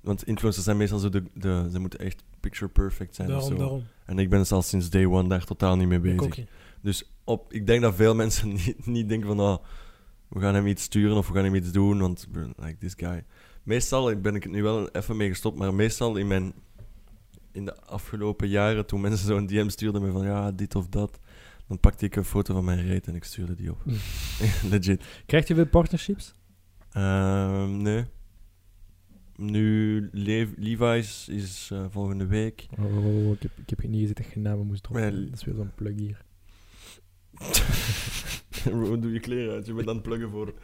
Want influencers zijn meestal zo de... de ze moeten echt picture perfect zijn of Daarom, zo. daarom. En ik ben dus al sinds day one daar totaal niet mee Ik bezig. ook niet. Op, ik denk dat veel mensen niet, niet denken van... Oh, we gaan hem iets sturen of we gaan hem iets doen, want bro, like this guy. Meestal ben ik het nu wel even mee gestopt, maar meestal in mijn... In de afgelopen jaren, toen mensen zo'n DM stuurden met van ja, dit of dat, dan pakte ik een foto van mijn reet en ik stuurde die op. Mm. Legit. Krijgt je veel partnerships? Ehm, nee. Nu, Le- Levi's is eh, volgende week. Oh, oh, oh, oh, ik, heb, ik heb niet gezegd dat je namen moest droppen. Wel- Dat is weer zo'n plug hier. Hoe doe je kleren uit? Je bent aan het pluggen voor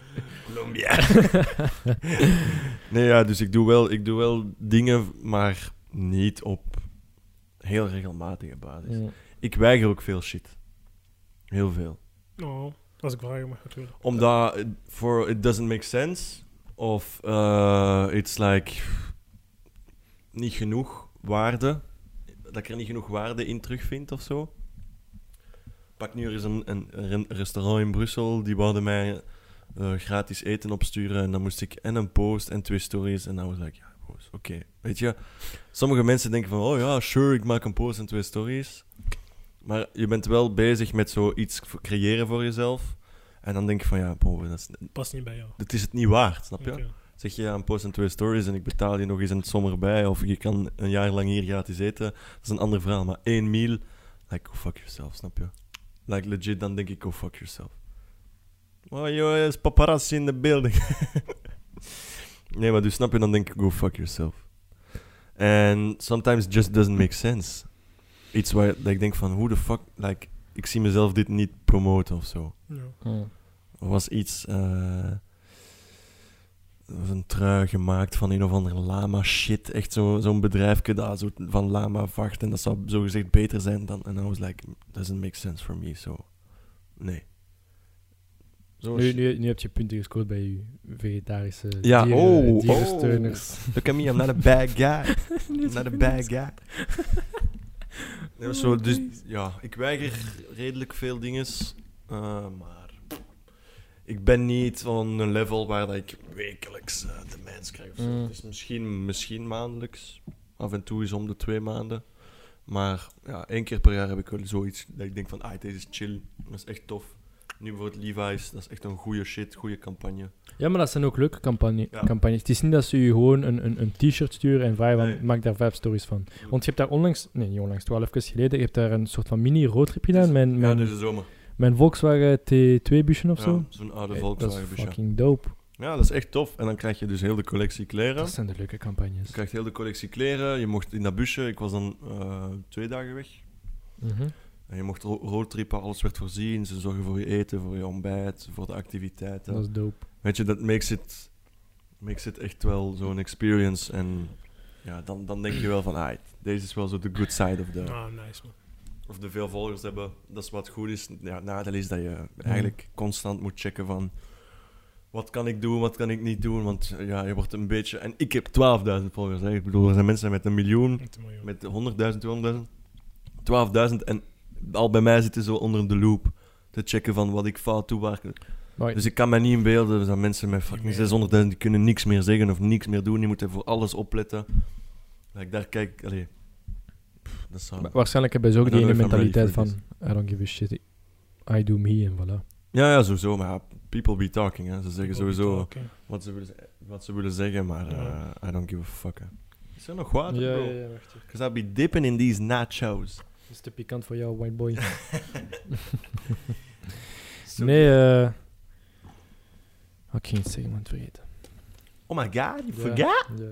Colombia. nee, ja, dus ik doe, wel, ik doe wel dingen, maar niet op heel regelmatige basis. Ja. Ik weiger ook veel shit. Heel veel. Oh, als ik vragen mag, natuurlijk. Omdat het- voor it doesn't make sense. Of eh, it's like niet genoeg waarde. Dat ik er niet genoeg waarde in terugvind of zo. Pak nu er is een, een, een restaurant in Brussel. Die wouden mij eh, gratis eten opsturen. En dan moest ik en een post en twee stories. En dan was ik, ja, post. Oké. Weet je, sommige mensen denken van, oh ja, sure, ik maak een post en twee stories. Maar je bent wel bezig met zoiets v- creëren voor jezelf. En dan denk je van, ja, boven, dat is, Past niet bij jou. dat is het niet waard, snap je? Oké. Zeg je, ja, een post en twee stories en ik betaal je nog eens een som erbij. Of je kan een jaar lang hier gratis eten. Dat is een ander verhaal. Maar één meal, like, oh, fuck yourself, snap je? Like, legit, dan denk ik, oh, fuck yourself. Oh, joh, is paparazzi in de building. nee, maar dus snap je, dan denk ik, go fuck yourself. En sometimes it just doesn't make sense. Iets waar dat ik denk van, hoe de fuck, like, ik zie mezelf dit niet promoten of zo. Ja. Oh. Er was iets. eh, er was een trui gemaakt van een of ander lama shit. Echt zo- zo'n bedrijfje daar zo van lama vacht. En dat zou zogezegd beter zijn dan. En I was like, mm, doesn't make sense for me. So, nee. Zo Nu, shit. nu, nu heb je punten gescoord bij je vegetarische Ja, dieren, oh, dierensteuners. Look at me, I'm not a bad guy. I'm not a bad guy. Nee, maar zo, dus ja, ik weiger redelijk veel dingen. maar ik ben niet van een level waar dat ik wekelijks eh, de mens krijg. of zo. Mm. Het is misschien, misschien maandelijks. Af en toe is om de twee maanden. Maar ja, één keer per jaar heb ik wel zoiets dat ik denk van, ah, deze is chill. Dat is echt tof. Nu bijvoorbeeld Levi's, dat is echt een goede shit, goede campagne. Ja, maar dat zijn ook leuke campagne Ja. campagnes. Het is niet dat ze je gewoon een, een, een t-shirt sturen en vragen van, Nee. maak daar vijf stories van. Want je hebt daar onlangs, nee niet onlangs, wel even geleden, je hebt daar een soort van mini roadtrip gedaan. Mijn, Ja, mijn, deze zomer. mijn Volkswagen T2-busje of Ja, zo. Zo'n oude Eh, Volkswagen Dat is busje. fucking dope. Ja, dat is echt tof. En dan krijg je dus heel de collectie kleren. Dat zijn de leuke campagnes. Je krijgt heel de collectie kleren. Je mocht in dat busje, ik was dan eh, twee dagen weg. Mhm. En je mocht ro- roadtrippen, alles werd voorzien. Ze zorgen voor je eten, voor je ontbijt, voor de activiteiten. Dat is dope. Weet je, dat makes it, makes it echt wel zo'n experience. En ja, dan, dan denk je wel van, ah, deze is wel zo de good side of the, Ah, nice man. of de veel volgers hebben, dat is wat goed is. Ja, het nadeel is dat je Mhm. eigenlijk constant moet checken van... Wat kan ik doen, wat kan ik niet doen? Want eh, ja, je wordt een beetje... En ik heb 12.000 volgers. Hè. Ik bedoel, er zijn mensen met een miljoen, Niet te miljoen. Hm. met 100.000, 200.000, 12.000. En al bij mij zitten ze onder de loop te checken van wat ik fout doe, waar ik- Maar dus ik kan mij niet inbeelden dat mensen met fucking Niet meer. 600.000 die kunnen niks meer zeggen of niks meer doen. Die moeten voor alles opletten. Dat ik daar kijk, allee. Pff, dat zou... wa- waarschijnlijk hebben ze ook I die don't ene know if I'm ready mentaliteit for van... I don't give a shit. I do me en voilà. Ja, ja, sowieso. Maar ja, people be talking. Hè. Ze zeggen People be sowieso talking. wat ze, willen, wat ze willen zeggen, maar Ja. eh, I don't give a fuck. Hè. Is er nog water, bro? wacht. Het Because I'll be dipping in these nachos. is te pikant voor jou, white boy. So- nee, eh... Wat ging ik zeggen, man? Vergeten. Oh my god, you Ja, forgot? Ja.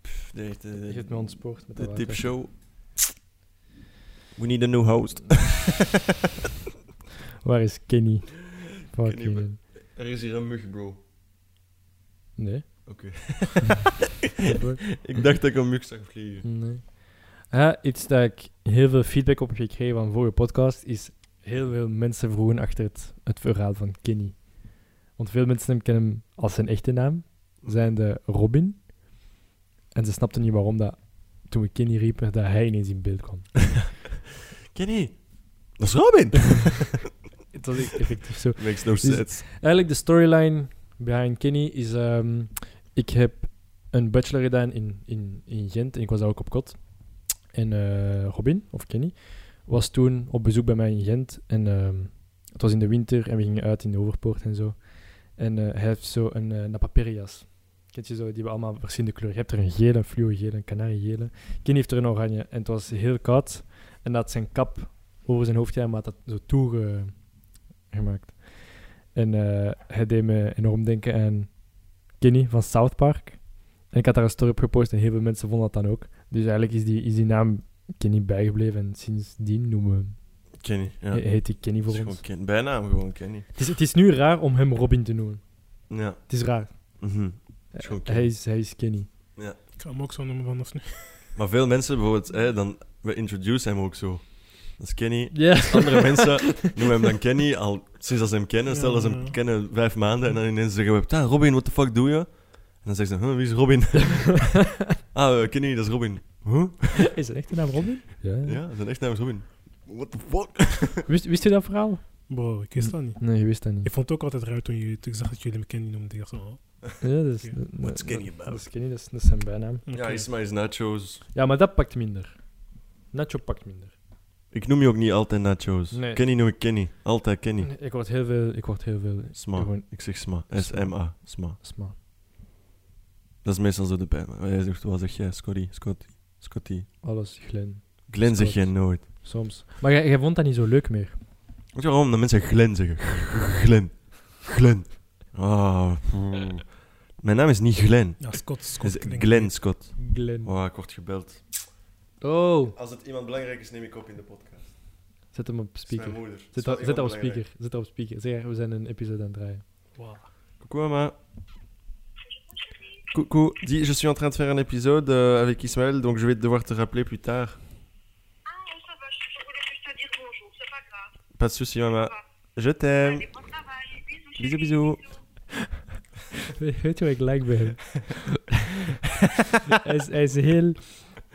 Pff, de- de- Je hebt me ontspoord met De dat water. tipshow. We need a new host. Waar is Kenny? Kenny, Fucking- we- er is hier een mug, bro. Nee. Oké. Waarvoor? Ik dacht dat ik een mug zag vliegen. Nee. Eh, iets dat ik heel veel feedback op heb gekregen van vorige podcast, is heel veel mensen vroegen achter het, het verhaal van Kenny. Want veel mensen hem kennen hem als zijn echte naam, zijn de Robin. En ze snapten niet waarom dat, toen we Kenny riepen, dat hij ineens in beeld kwam. Kenny, dat is Robin. Het was echt effectief zo. Makes no sense. Eigenlijk de storyline behind Kenny is... ehm, ik heb een bachelor gedaan in, in, in Gent en ik was daar ook op kot. En eh, Robin, of Kenny, was toen op bezoek bij mij in Gent. En ehm, het was in de winter en we gingen uit in de Overpoort en zo. En eh, hij heeft zo een eh napaperias. Kent je zo, die hebben allemaal verschillende kleuren. Je hebt er een gele, een fluo-gele, een kanariegele. Kenny heeft er een oranje. En het was heel koud. En dat zijn kap over zijn hoofd gedaan, maar dat zo eh, toegemaakt. En eh, hij deed me enorm denken aan Kenny van South Park. En ik had daar een story op gepost en heel veel mensen vonden dat dan ook. Dus eigenlijk is die, is die naam Kenny bijgebleven en sindsdien noemen we hem- Kenny, ja. he- heet hij Kenny Het voor is ons. gewoon Ken- bijnaam gewoon Kenny. Het is, het is nu raar om hem Robin te noemen. Ja. Het is raar. mhm. is gewoon Kenny. hij, is, hij is Kenny. Ik ga hem ook zo noemen vanaf nu. Maar veel mensen bijvoorbeeld, hè, dan, we introducen hem ook zo. Dat is Kenny. Ja. Andere mensen noemen hem dan Kenny al sinds dat ze hem kennen. Stel dat ze hem Ja. kennen kennen vijf maanden en dan ineens zeggen we, "Ah, Robin, what the fuck doe je? En dan zeggen ze, huh, wie is Robin? ah, eh, Kenny, dat is Robin. Huh? Is zijn echte naam Robin? Ja. Ja, zijn echt naam is Robin. What the fuck? Wist, wist je dat verhaal? Bro, ik Hm. wist dat niet. Nee, je wist dat niet. Ik vond het ook altijd raar toen, je, toen ik zag dat jullie me kennen noemden. Ik dacht zo, oh, Ja, dat is, Oké. dat- What's dat- Kenny dat- about? Dat is Kenny, dat is, dat is zijn bijnaam. oké. Ja, is maar eens nachos. Ja, maar dat pakt minder. Nacho pakt minder. Ik noem je ook niet altijd nachos. Nee. Kenny noem ik Kenny. Altijd Kenny. Nee, Ik word heel veel, ik word heel veel Sma. Gewoon- Ik zeg sma. S-M-A. Sma. sma. Dat is meestal zo de pijn. Maar Jij zegt, wat zeg jij? Scotty, Scotty, Scotty. Alles, Glen. Glen zeg Scott. jij nooit. Soms. Maar jij, jij vond dat niet zo leuk meer. Weet je waarom? Dat mensen Glen zeggen. Glen. Glen. Ah. mm. Mijn naam is niet Glen. Ja, Scott. Het is Scott klinkt- Glen Scott. Glen. Oh, ik word gebeld. Oh. Als het iemand belangrijk is, neem ik op in de podcast. Zet hem op speaker. moeder. Zet, dat zet dat op speaker. Zet dat op speaker. Zeg, we zijn een episode aan het draaien. Wow. Coucou Coucou, dis, je suis en train de faire un épisode euh, avec Ismaël, donc je vais devoir te rappeler plus tard. Ah, bon, ça va, je suis désolée que je te dise bonjour, c'est pas grave. Pas de soucis, maman. Je t'aime. Allez, bon travail, bisous. Bisous, chérie, bisous. Weet weet je wat ik like bij hem? hij, is, hij is heel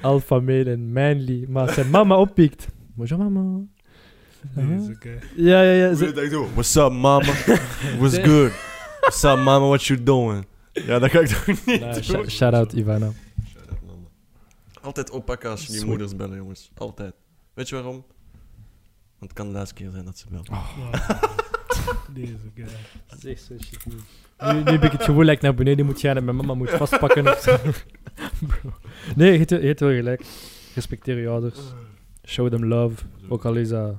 alpha male en manly. Maar als zijn mama oppikt. Bonjour mama. Deze guy. Ja, ja, ja. ze- What's up, mama? What's Nee. good? What's up, mama? What you doing? Ja, dat ga ik toch niet Nou, doen. sh- shout out Ivana. Altijd oppakken als je die Sweet. moeders bellen, jongens. Altijd. Weet je waarom? Want het kan de laatste keer zijn dat ze bellen. Wow. Deze guy. Zeg zo shit niet. Nu, nu heb ik het gevoel dat ik naar beneden moet gaan en mijn mama moet vastpakken of zo. Bro. Nee, je hebt, je hebt wel gelijk. Respecteer je ouders. Show them love. Ook al is dat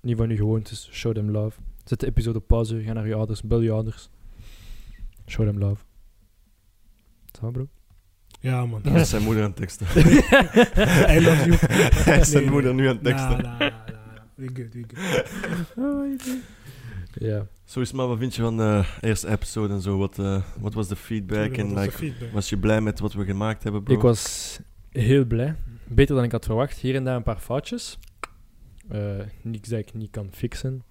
niet van je gewoontes, show them love. Zet de episode op pauze, ga naar je ouders, bel je ouders. Show them love. Zo, bro. Ja, man. Dat is zijn moeder aan het teksten. I love you. Hij is zijn Nee, Nou, moeder nu aan het Nah, teksten. nah, nah, nah. We good, we good. Ja. Zo Isma, wat vind je van de eerste episode en zo? Wat, eh, wat was de feedback? Wat En was de like, feedback? was je blij met wat we gemaakt hebben, bro? Ik was heel blij. Beter dan ik had verwacht. Hier en daar een paar foutjes. eh, niks dat ik niet kan fixen.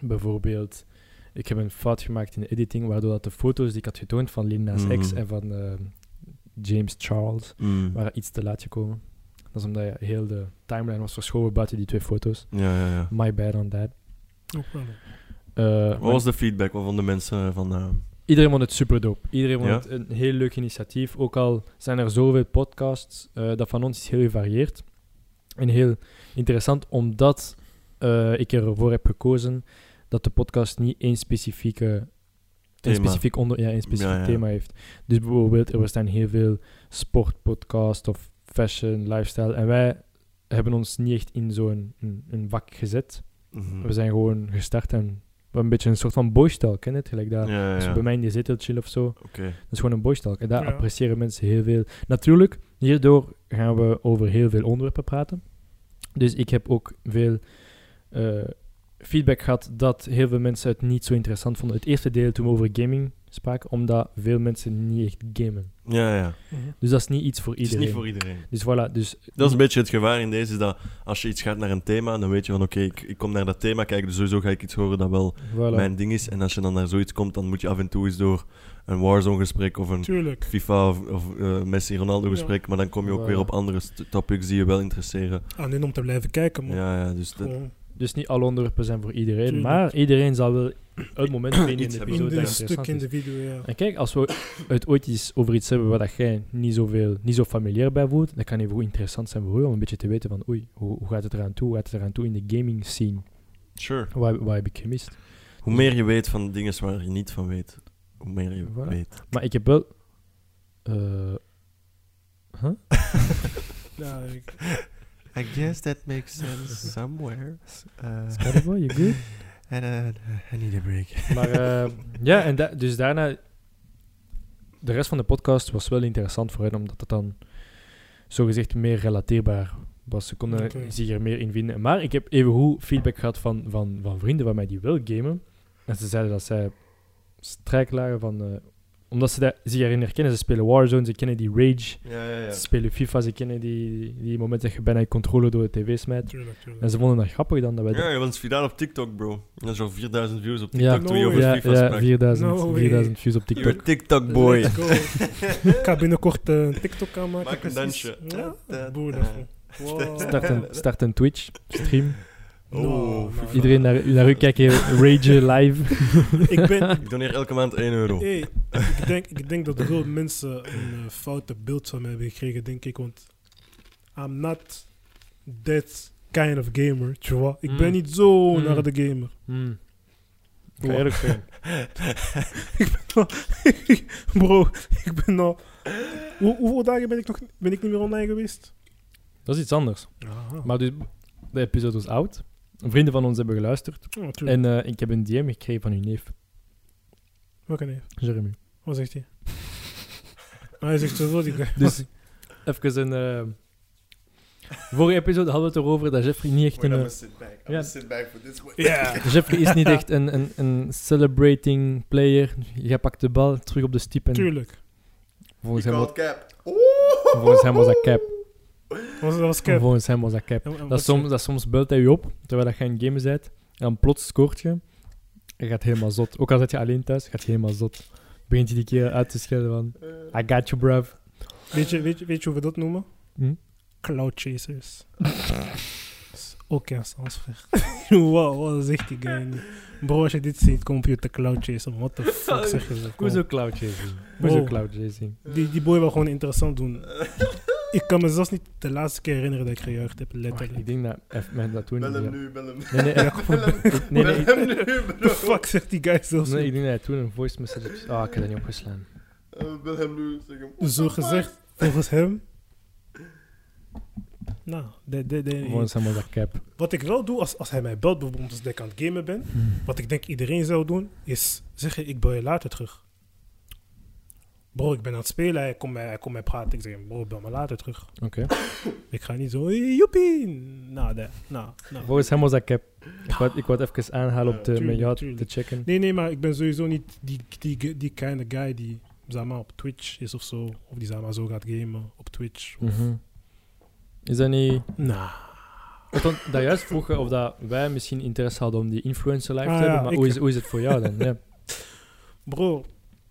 Bijvoorbeeld, ik heb een fout gemaakt in de editing, waardoor dat de foto's die ik had getoond van Linda's ex Mhm. en van eh, James Charles Mm. waren iets te laat gekomen. Dat is omdat ja, heel de timeline was verschoven buiten die twee foto's. Ja, ja, ja. My bad on that. Ook wel. Eh, Wat maar- was de feedback Wat vonden mensen van... eh, Iedereen vond het super dope. Iedereen vond Ja? het een heel leuk initiatief. Ook al zijn er zoveel podcasts, eh, dat van ons is heel gevarieerd. En heel interessant, omdat eh, ik ervoor heb gekozen dat de podcast niet één, specifieke, één Thema. specifiek, onder, ja, één specifiek Ja, ja. thema heeft. Dus bijvoorbeeld, er bestaan heel veel sportpodcasts of fashion, lifestyle. En wij hebben ons niet echt in zo'n een, een vak gezet. mhm. We zijn gewoon gestart en we hebben een beetje een soort van boystyle, ken je het? Gelijk dat... Ja, ja, Als je ja. bij mij in die zetel chill of zo. Oké. Dat is gewoon een boystalk. En daar Ja. appreciëren mensen heel veel. Natuurlijk, hierdoor gaan we over heel veel onderwerpen praten. Dus ik heb ook veel eh, feedback gehad dat heel veel mensen het niet zo interessant vonden. Het eerste deel toen we over gaming spraken, omdat veel mensen niet echt gamen. Ja, ja. Mhm. Dus dat is niet iets voor Het is iedereen. niet voor iedereen. Dus voilà, dus Dat is een beetje het gevaar in deze, is dat als je iets gaat naar een thema, dan weet je van oké, ik, ik kom naar dat thema kijken, dus sowieso ga ik iets horen dat wel voilà. mijn ding is. En als je dan naar zoiets komt, dan moet je af en toe eens door een Warzone-gesprek of een Tuurlijk. FIFA of, of, eh, Messi-Ronaldo-gesprek, maar dan kom je ook Voilà. weer op andere st- topics die je wel interesseren. Aan in Ah, om te blijven kijken, man. Ja, ja, dus dat, Gewoon Dus niet alle onderwerpen zijn voor iedereen, Tuurlijk. maar iedereen zal wel het moment vinden in Iets de hebben. episode in dat dit interessant stuk is. in de video, ja. En kijk, als we het ooit eens over iets hebben waar dat jij niet, zoveel, niet zo familiair bij voelt, dan kan het goed interessant zijn voor jou om een beetje te weten van oei, hoe, hoe gaat het eraan toe? Hoe gaat het eraan toe in de gaming scene? sure. Waar, waar heb ik gemist? Hoe meer je weet van dingen waar je niet van weet, hoe meer je Voilà. weet. Maar ik heb wel... eh, ja ik- I guess that makes sense somewhere. Uh, Spotify, you good? and, I need a break. Maar eh, ja, en da- dus daarna... De rest van de podcast was wel interessant voor hen, omdat het dan zogezegd meer relateerbaar was. Ze konden Oké. zich er meer in vinden. Maar ik heb evengoed feedback gehad van, van, van vrienden van mij die wel gamen. En ze zeiden dat zij strijk lagen van... eh, omdat ze daar, zich erin herkennen. Ze spelen Warzone, ze kennen die Rage. Ja, ja, ja. Ze spelen FIFA, ze kennen die, die moment dat je bijna je controle door de tv smijt. tuurlijk, En tuurlijk. ze vonden dat grappig dan, dat wij... Ja, je bent viraal op TikTok, bro. Dat is al 4000 views op TikTok Ja. toen je over ja, FIFA ja, sprak. 4000, No way. 4000 views op TikTok. You're TikTok boy. Let's go. ik ga binnenkort eh, een TikTok aanmaken. Maak een precies. dansje. Ja, Da, da, boer da. daarvoor. Wow. Start een, start een Twitch stream. Nou, Oh, nou, Iedereen naar, naar u kijken, rage live. Ik ben... Ik doneer elke maand 1 euro. Hey, ik, denk, ik denk dat veel mensen een eh, foute beeld van mij hebben gekregen, denk ik. Want I'm not that kind of gamer, tu vois. Ik ben Mm. niet zo Mm. naar de gamer. Hmm. Ik ga Wow. eerlijk zijn. Bro, ik ben al... Hoe, hoeveel dagen ben ik, nog, ben ik niet meer online geweest? Dat is iets anders. Ah, Maar dus, de episode was oud. Vrienden van ons hebben geluisterd. natuurlijk. En eh, ik heb een DM gekregen van uw neef, Welke nee? Jeremy. Wat zegt hij? Hij zegt zo die Dus even een... eh, vorige episode hadden we het erover dat Jeffrey niet echt een... eh, sit back. gonna ja. sit back for this one. Ja. Jeffrey is niet echt een, een, een celebrating player. Jij pakt de bal terug op de stip en Tuurlijk. volgens hem, was, cap. volgens hem was dat cap. Was, was cap. Volgens hem was dat cap. En- en Dat wat- is soms, dat is soms belt hij je op terwijl dat je aan het gamen bent. En dan plots scoort je. Je gaat helemaal zot. Ook al zit je alleen thuis, gaat je helemaal zot. Begint je die keer uit te schelden van... I got you, bruv. Weet je, weet, je, weet je hoe we dat noemen? Hm? Cloud Chasers. Dat is ook een vraag. wow, wat zegt die guy nu? Bro, als je dit ziet, computer Cloud Chaser, what the fuck zeg je zo? Kom. Hoezo cloud chasing? Oh. Hoezo Wow. cloud chasing? Die, die boy wil gewoon interessant doen. Ik kan me zelfs niet de laatste keer herinneren dat ik gejuicht heb, Wacht, letterlijk. ik denk dat... F, men, dat toen niet... ja. nu, bel hem. Nee, nee, ik- ik- nee, nee, ik- hem nu, The fuck zegt die guy zelfs? nee, ik niet? denk dat hij toen een voice message... heeft- Ah, ik heb dat niet opgeslaan. eh, Bel hem nu, zeg hem. Zo gezegd, volgens hem. Nou, de, de, de- Volgens hem was dat cap. Wat ik wel doe als, als hij mij belt, bijvoorbeeld als ik aan het gamen ben, wat ik denk iedereen zou doen, is zeggen: Ik bel je later terug. Bro, ik ben aan het spelen, hij komt mij, hij komt mij praten. Ik zeg: Bro, bel me later terug. Oké. Ik ga niet zo, hey, joepie. Nou, dat- nou, nou. Volgens hem was dat cap. Ik wou, ik wou het even aanhalen om te, Tuurlijk, met jou te tuurlijk. checken. Nee, nee, maar ik ben sowieso niet die, die, die kind of guy die zeg maar, op Twitch is of zo. Of die zeg maar, zo gaat gamen op Twitch. Mhm. Is dat niet... Nou, Want daar juist vroegen of dat wij misschien interesse hadden om die influencer live Ah, te hebben. ja, Maar ik- hoe is, hoe is het voor jou dan? Ja. Bro,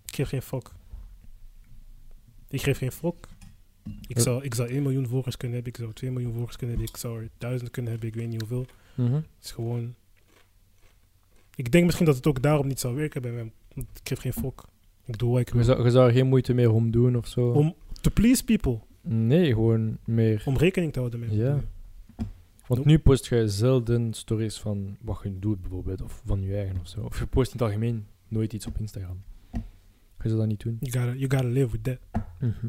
ik geef geen fuck. Ik geef geen fuck. Ik Eh. zou, ik zou 1 miljoen volgers kunnen hebben, ik zou 2 miljoen volgers kunnen hebben, ik zou er 1000 kunnen hebben, ik weet niet hoeveel. Mhm. Het is gewoon. Ik denk misschien dat het ook daarom niet zou werken bij mij. want Ik geef geen fuck. Ik doe wat ik je, wil. zou, je zou er geen moeite meer om doen of zo. Om to please people. Nee, gewoon meer. Om rekening te houden met Ja. mensen. Want nu post je zelden stories van wat je doet bijvoorbeeld. Of van je eigen of zo. Of je post in het algemeen nooit iets op Instagram. Je zou dat niet doen. You gotta, you gotta live with that. Mhm.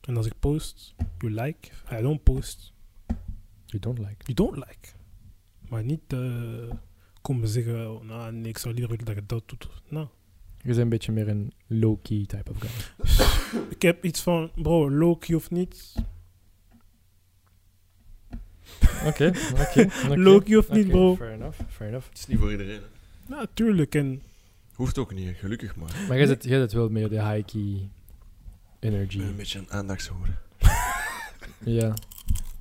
En als ik post, you like. If I don't post, You don't like. you don't like. Maar niet eh komen zeggen, oh, nou, nee, ik zou liever willen dat je dat doet. Nou, Je bent een beetje meer een low-key type of guy. ik heb iets van, bro, low-key of niet. Oké, oké. oké. Low-key of niet, Oké, bro. Fair enough, fair enough. Het is niet voor iedereen. hè. Natuurlijk. Nou, En Hoeft ook niet, hè. gelukkig maar. Maar jij zit, jij zit wel meer de high-key energy. Ik ben een beetje een aandachtshoer. Ja.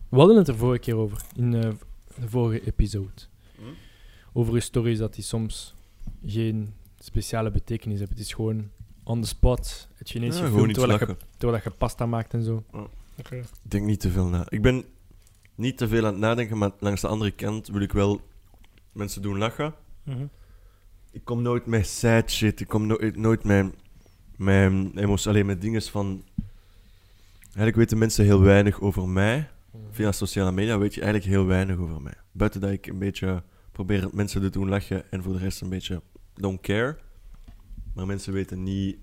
We hadden het er vorige keer over, in eh, de vorige episode. Hm? Over uw stories dat die soms geen speciale betekenis hebben. Het is gewoon on the spot, het Ja, Chinees gewoon gefilmd iets terwijl, dat lachen. je, terwijl dat je pasta maakt en zo. Ik denk niet te veel na. Ik ben niet te veel aan het nadenken, maar langs de andere kant wil ik wel mensen doen lachen. Mhm. Ik kom nooit met sad shit. Ik kom no- ik- nooit met, met emoties, alleen met dingen van. Eigenlijk weten mensen heel weinig over mij. Via sociale media weet je eigenlijk heel weinig over mij. Buiten dat ik een beetje probeer het mensen te doen lachen en voor de rest een beetje don't care. Maar mensen weten niet,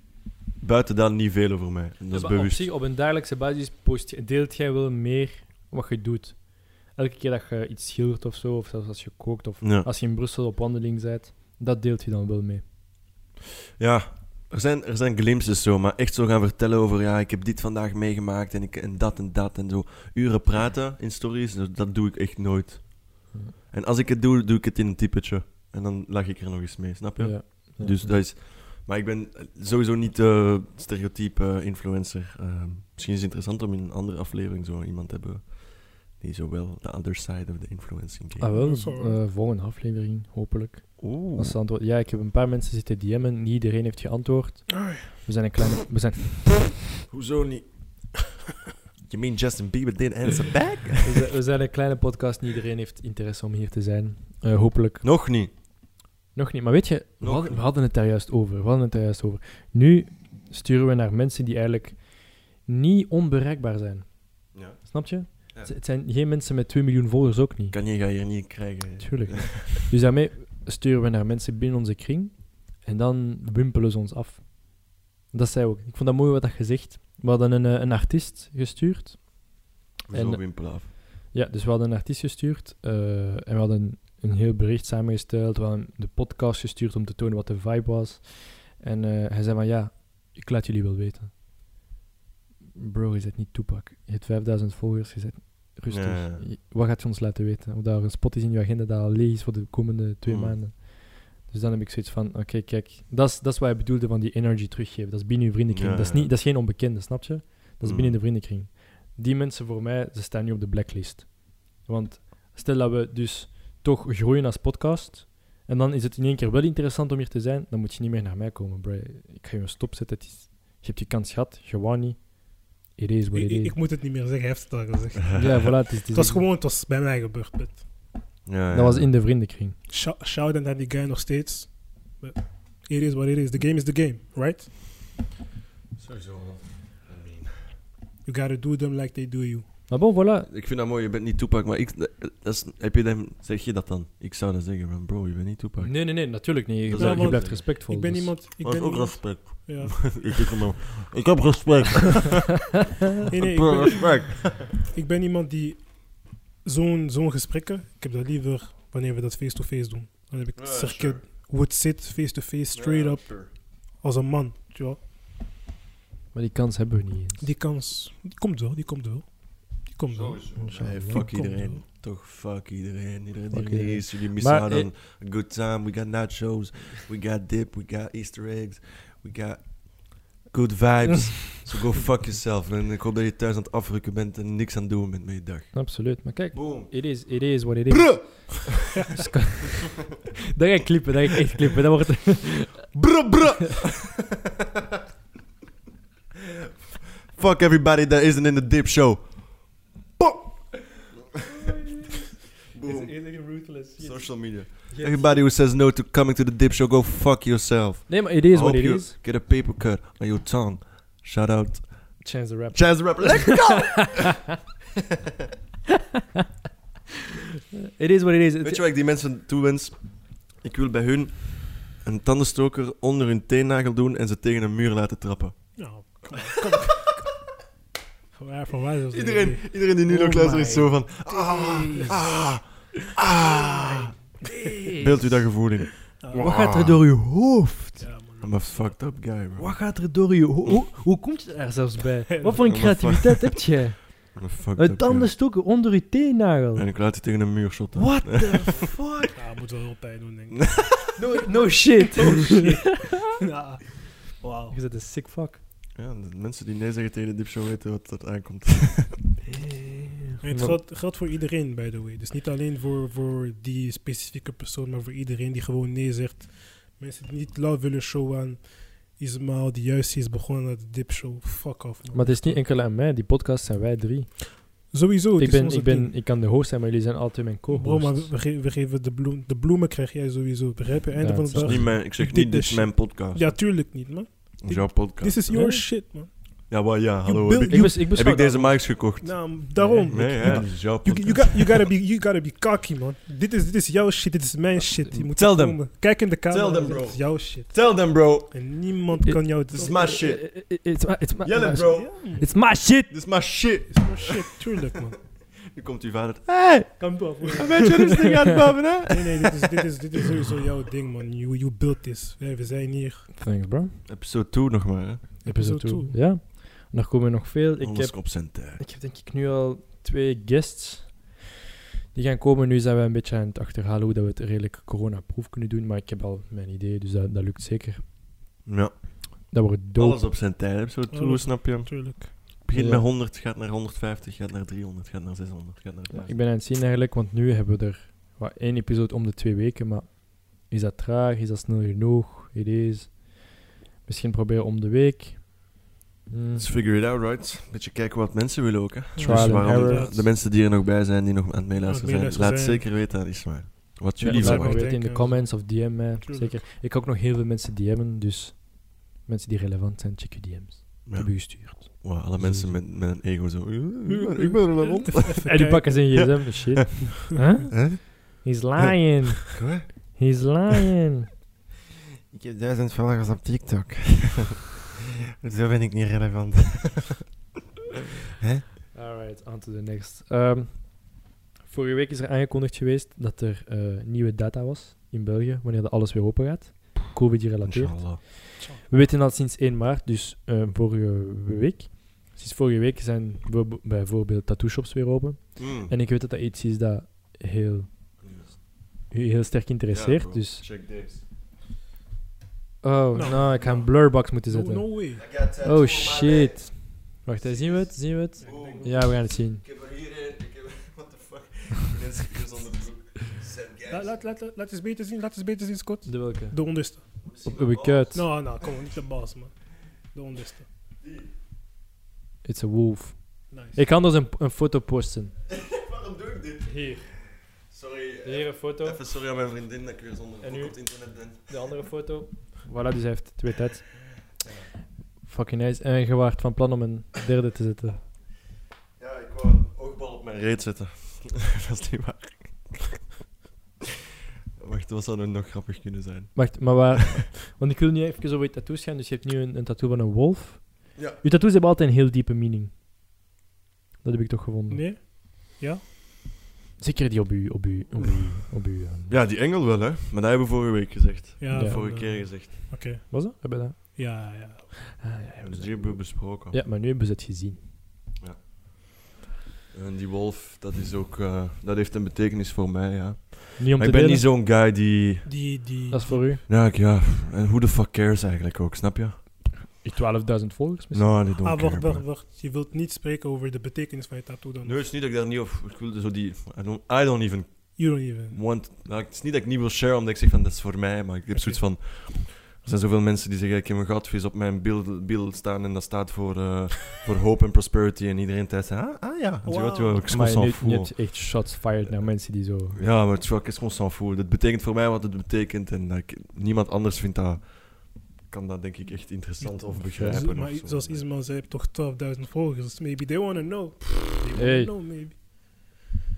buiten dat niet veel over mij. En dat is Dus op bewust. zich, op een dagelijkse basis post, je- deelt jij wel meer wat je doet. Elke keer dat je iets schildert of zo, of zelfs als je kookt, of Ja. als je in Brussel op wandeling bent, dat deelt je dan wel mee. Ja, er zijn, er zijn glimpses zo, maar echt zo gaan vertellen over ja, ik heb dit vandaag meegemaakt en, ik, en dat en dat en zo. Uren praten in stories, dat, dat doe ik echt nooit. Ja. En als ik het doe, doe ik het in een typetje. En dan lach ik er nog eens mee, snap je? Ja. Dus dat is... Maar ik ben sowieso niet de stereotype eh, influencer. Eh, misschien is het interessant om in een andere aflevering zo iemand te hebben die zo wel de other side of the influencing game. Ah, wel. Dat is wel- eh, volgende aflevering, hopelijk. Oeh. Als ze antwoord... Ja, ik heb een paar mensen zitten DM'en. Niet iedereen heeft geantwoord. Ai. We zijn een kleine... We zijn, Hoezo niet? You mean Justin Bieber didn't answer back? we zijn, we zijn een kleine podcast. Niet iedereen heeft interesse om hier te zijn. Eh, hopelijk Nog niet. nog niet. Maar weet je, we Nog hadden, we niet. hadden het daar juist over. We hadden het daar juist over. Nu sturen we naar mensen die eigenlijk niet onbereikbaar zijn. Ja. Snap je? Ja. Het- Het zijn geen mensen met 2 miljoen volgers ook niet. Kan je ga je hier niet krijgen. Tuurlijk. Dus daarmee sturen we naar mensen binnen onze kring en dan wimpelen ze ons af. Dat zei ook. Ik vond dat mooi wat dat gezegd. We hadden een, eh, een artiest gestuurd. En- Zo wimpelen af. Ja, dus we hadden een artiest gestuurd eh, en we hadden een heel bericht samengesteld. We hadden de podcast gestuurd om te tonen wat de vibe was. En eh, hij zei van ja, ik laat jullie wel weten. Bro, je zit niet toepak. Je hebt 5000 volgers, je zit rustig. Ja. Je- Wat gaat je ons laten weten? Of daar een spot is in je agenda dat al leeg is voor de komende twee Hmm. maanden. Dus dan heb ik zoiets van, oké, kijk, dat is- dat is wat hij bedoelde van die energy teruggeven. Dat is binnen je vriendenkring. Ja, Dat, is ja. niet, dat is geen onbekende, snap je? Dat is Mm. binnen Hmm. de vriendenkring. Die mensen voor mij, ze staan nu op de blacklist. Want stel dat we dus toch groeien als podcast, en dan is het in één keer wel interessant om hier te zijn, dan moet je niet meer naar mij komen, bro. Ik ga je een stop zetten. Het is- je hebt je kans gehad, je wou niet. It is what Ik, it ik, is. ik moet het niet meer zeggen, hij heeft het al gezegd. Ja, voilà. Het, is, Het was gewoon, het was bij mij gebeurd. But. Ja, ja. Dat was in de vriendenkring. Shout, shout out naar die guy nog steeds. But it is what it is. The game is the game, right? Sowieso. You gotta do them like they do you. Maar bon, voilà. Ik vind dat mooi, je bent niet toepak, maar ik, dat is, heb je dan, zeg je dat dan? Ik zou dan zeggen van bro, je bent niet toepak. Nee, nee, nee, natuurlijk niet. Je, Dat is blijft- je ook- blijft respectvol. Ik ben dus. iemand... Ik Dat is ben ook iemand, respect. ja. ik, heb hem al- ik heb respect. Nee, nee, ik Bro, ben- respect. Ik ben iemand die zo'n zo'n gesprekken, ik heb dat liever wanneer we dat face-to-face doen. Dan heb ik Ja, het circuit, sure. hoe het zit, face-to-face, straight up, als een man. weet je wel. Maar die kans hebben we niet eens. Die kans, die komt wel, die komt wel. Die komt wel. Nee, Inshallah. fuck Kom iedereen. zo. Toch fuck iedereen. Iedereen die Fuck er niet iedereen. is, jullie missen Maar, eh, out on a good time. We got nachos, we got dip, we got easter eggs, we got Good vibes. so go fuck yourself. En ik hoop dat je thuis aan het afrukken bent en niks aan het doen bent met je dag. Absoluut. Maar kijk, Boom. it is, it is what it is. Dus kan- dat ga ik klippen, dat ga ik echt klippen. Dat wordt... Bruh, bruh. Fuck everybody that isn't in the dip show. Pop. Boom. ruthless. Social media. Everybody who says no to coming to the dip show, go fuck yourself. Nee, maar it is what Hope it you is. Get a paper cut on your tongue. Shout out. Chance the rapper. Chance the rapper. Let's go. It is what it is. Weet je wat ik die mensen toewens? Ik wil bij hun een tandenstoker onder hun teennagel doen en ze tegen een muur laten trappen. Nou, kom, kom. Van waar, van waar is dat Iedereen, idee? iedereen die nu nog Oh luistert my is zo van... Ah, ah, ah. Beeld u dat gevoel in. Wat gaat er door je hoofd? Ja, man. I'm a fucked up guy, bro. Wat gaat er door je ho- Hoe, hoe komt je daar zelfs bij? Wat voor een Ja, maar fuck. creativiteit heb je? I'm a fucked Een up guy. tandenstokken onder je teennagel. En ik laat die tegen een muur shotten. What the fuck? Ja, moet wel heel pijn doen, denk ik. No, no shit. ja. Wauw. Je bent een sick fuck. Ja, de mensen die nee zeggen tegen de dipshow weten wat dat aankomt. En het geldt, geldt voor iedereen, by the way. Dus niet alleen voor, voor die specifieke persoon, maar voor iedereen die gewoon nee zegt. Mensen die niet lauw willen show aan Ismail, die juist is begonnen aan de dipshow. Fuck off, man. Maar het is niet enkel aan mij, die podcast zijn wij drie. Sowieso, Oh, het ik, is ben, onze ik, ben, ding. ik kan de host zijn, maar jullie zijn altijd mijn Bro, maar co-hosts. we, ge- we geven de, bloem, de bloemen krijg jij sowieso, begrijp je? Einde Ja, van het de is Dat dag. is niet mijn, ik zeg Dit niet, dit is is- mijn podcast. Ja, tuurlijk niet, man. Dit is jouw podcast. This is Nee. your shit, man. Ja, maar ja, hallo. built- Heb ik, Ik, bes, ik heb beschouw ik deze dat- mics gekocht? Nou, daarom. Nee, Nee, hè? Dit is jouw You, podcast. you, got, you, gotta be, you gotta be cocky, man. Dit is, dit is jouw shit, dit is mijn shit. Je moet Tell het them. noemen. Kijk in de camera. Tell them, bro. Dit is jouw shit. Tell them, bro. En niemand kan jou... This is my shit. Eh, eh, It's my, it's my, Yell it, my- bro. Ja, man. It's my shit. Dit is my shit. Dit is jouw Oh, shit, tuurlijk, man. Nu komt uw vader. Hey, Kan wel. een beetje rustig aan het babbelen, hè? Nee, nee, dit is, dit, is, dit is sowieso jouw ding, man. You, you built this. Wij- We zijn hier. Thanks, bro. Episode 2 nog maar, hè? Episode Episode 2. two. Ja. Nog komen nog veel. Ik Alles heb, op zijn tijd. ik heb denk ik nu al twee guests die gaan komen. Nu zijn we een beetje aan het achterhalen hoe dat we het redelijk coronaproof kunnen doen. Maar ik heb al mijn idee, dus dat, dat lukt zeker. Ja, Dat wordt dope. alles op zijn tijd. Episode 2, Alles. snap je? Tuurlijk. Begint Ja. met 100, gaat naar 150, gaat naar 300, gaat naar 600, gaat naar Ja, 1000. ik ben aan het zien eigenlijk, want nu hebben we er wat, één episode om de twee weken. Maar is dat traag? Is dat snel genoeg? It is. Misschien proberen om de week. Mm. Let's figure it out, right? Beetje kijken wat mensen willen ook, hè? Dus Ja, Trial and waarom- error. De mensen die er nog bij zijn, die nog aan het meeluisteren Aan zijn, het laat meeluisteren zeker zijn. weten aan Ismail. Wat Ja, jullie willen. laat maar laat maar weten in de denken. comments of DM mij. Tuurlijk. Zeker. Ik heb ook nog heel veel mensen DM'en, dus mensen die relevant zijn, check je DM's. Ik Ja. Heb je gestuurd. Wow, alle mensen met, met een ego zo. Ik ben er wel rond. Even- even En die kijken. pakken zijn gsm, shit. huh? Hè? He's lying. He's lying. Ik heb duizend volgers op TikTok. zo ben ik niet relevant. Alright, on to the next. Ehm, vorige week is er aangekondigd geweest dat er eh, nieuwe data was in België, wanneer dat alles weer open gaat. Covid-gerelateerd. Inshallah. We weten al sinds 1 maart, dus eh, vorige week. Sinds vorige week zijn bijvo- bijvoorbeeld tattoo shops weer open. Hmm. En ik weet dat dat iets is dat heel, heel sterk interesseert. dus, Check this. oh, nou, ik ga een blurbox moeten No, zetten. no way. Oh shit. Wacht, hè, zien we het? Zien we het? Ja, we gaan het zien. Ik heb er hier een. Ik heb. What the fuck? Mensen hier zonder broek. Set Laat, laat, laat, laat eens beter zien, laat eens beter zien, Scott. De welke? De onderste. Op uw kuit. Nou, nou, kom, niet de baas, man. De onderste. It's a wolf. Nice. Ik kan dus een, een foto posten. Waarom doe ik dit? Hier, Sorry. eh, hier een foto. Even sorry aan mijn vriendin dat ik weer zonder En broek nu? op het internet ben. De andere foto. Voilà, dus hij heeft twee tijd. Fucking nice. En je waart van plan om een derde te zetten. Ja, ik wou een oogbal op mijn reet zetten. dat is niet waar. Wacht, wat zou er nog grappig kunnen zijn? Wacht, maar waar... Want ik wil nu even over je tattoos gaan. Dus je hebt nu een, een tattoo van een wolf. Ja. Je tattoos hebben altijd een heel diepe meaning. Dat heb ik toch gevonden. Nee? Zeker die op u, op u, op u, op u. eh, Ja, die engel wel, hè. Maar dat hebben we vorige week gezegd. Ja, De van Vorige de- keer gezegd. Oké. Was dat? Hebben we dat? Ja, ja. Ah, ja, ja, Dus we die zijn- hebben we besproken. ja, maar nu hebben ze het gezien. En die wolf, dat is ook... eh, dat heeft een betekenis voor mij, ja. Niet Maar om te ik ben delen. niet zo'n guy die... Die, die... Dat is voor u. Ja, ik, ja. En who the fuck cares eigenlijk ook, snap je? Ik 12.000 volgers misschien. No, they don't Ah, care, wacht, wacht, bro. wacht. Je wilt niet spreken over de betekenis van je tattoo dan? Nee, het is niet dat ik daar niet over... Ik wilde zo die... I don't, I don't even You don't even. want... nou, het is niet dat ik niet wil share, omdat ik zeg van, dat is voor mij. Maar ik heb Oké. zoiets van... Er zijn zoveel mensen die zeggen, ik heb een goudvis op mijn beeld, beeld staan en dat staat voor, eh, voor hope and prosperity. En iedereen thuis zegt, ah, ah ja, wow. Wow. wat, ik maar s'en niet, fout. niet echt shots fired naar mensen die zo... Ja, maar het is wel, qu'est-ce qu'on s'en fout. Dat betekent voor mij wat het betekent. En dat ik- niemand anders vindt dat... Kan dat denk ik echt interessant of Zo- begrijpen. maar of zo. zoals Ismael zei, je hebt toch 12.000 volgers. Maybe they wanna know. They wanna Hey. know, maybe.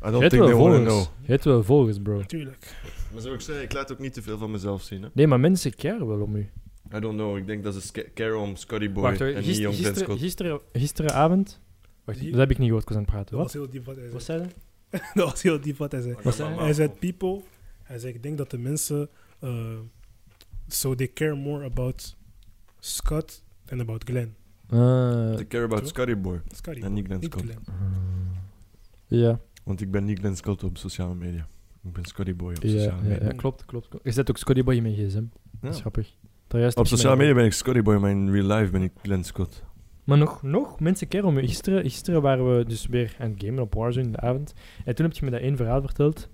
I Je don't hebt think wel they wanna volgers. know. Je hebt wel volgers, bro. Natuurlijk. Maar zoals ik zei, ik laat ook niet te veel van mezelf zien. Hè. Nee, maar mensen caren wel om u. I don't know, ik denk dat ze sca- care om Scotty Boy Wacht, en niet gister, om Ben gister, Scott. gister, gisteravond... Wacht, Die- dat heb ik niet gehoord, ik was aan het Dat praten. was Wat? heel diep wat hij Wat zei. zei je? Dat was heel diep wat hij zei. was hij? Hij zei people. Hij zei ik denk dat de mensen eh, so they care more about Scott than about Glenn. Ah, They care about Zo. Scotty Boy. Scotty. En niet Glenn Niet Scott. Glenn. ja, Want ik ben niet Glenn Scott op sociale media. Ik ben Scotty Boy op ja, sociale ja, media. ja, klopt, klopt. klopt. Je zet ook Scotty Boy in mijn gsm. Dat is Ja. grappig. Daar juist Op heb je sociale mij- media ben ik Scotty Boy, maar in real life ben ik Glenn Scott. Maar nog, nog mensen keren om u. Gisteren, gisteren waren we dus weer aan het gamen op Warzone in de avond. En toen heb je me dat één verhaal verteld.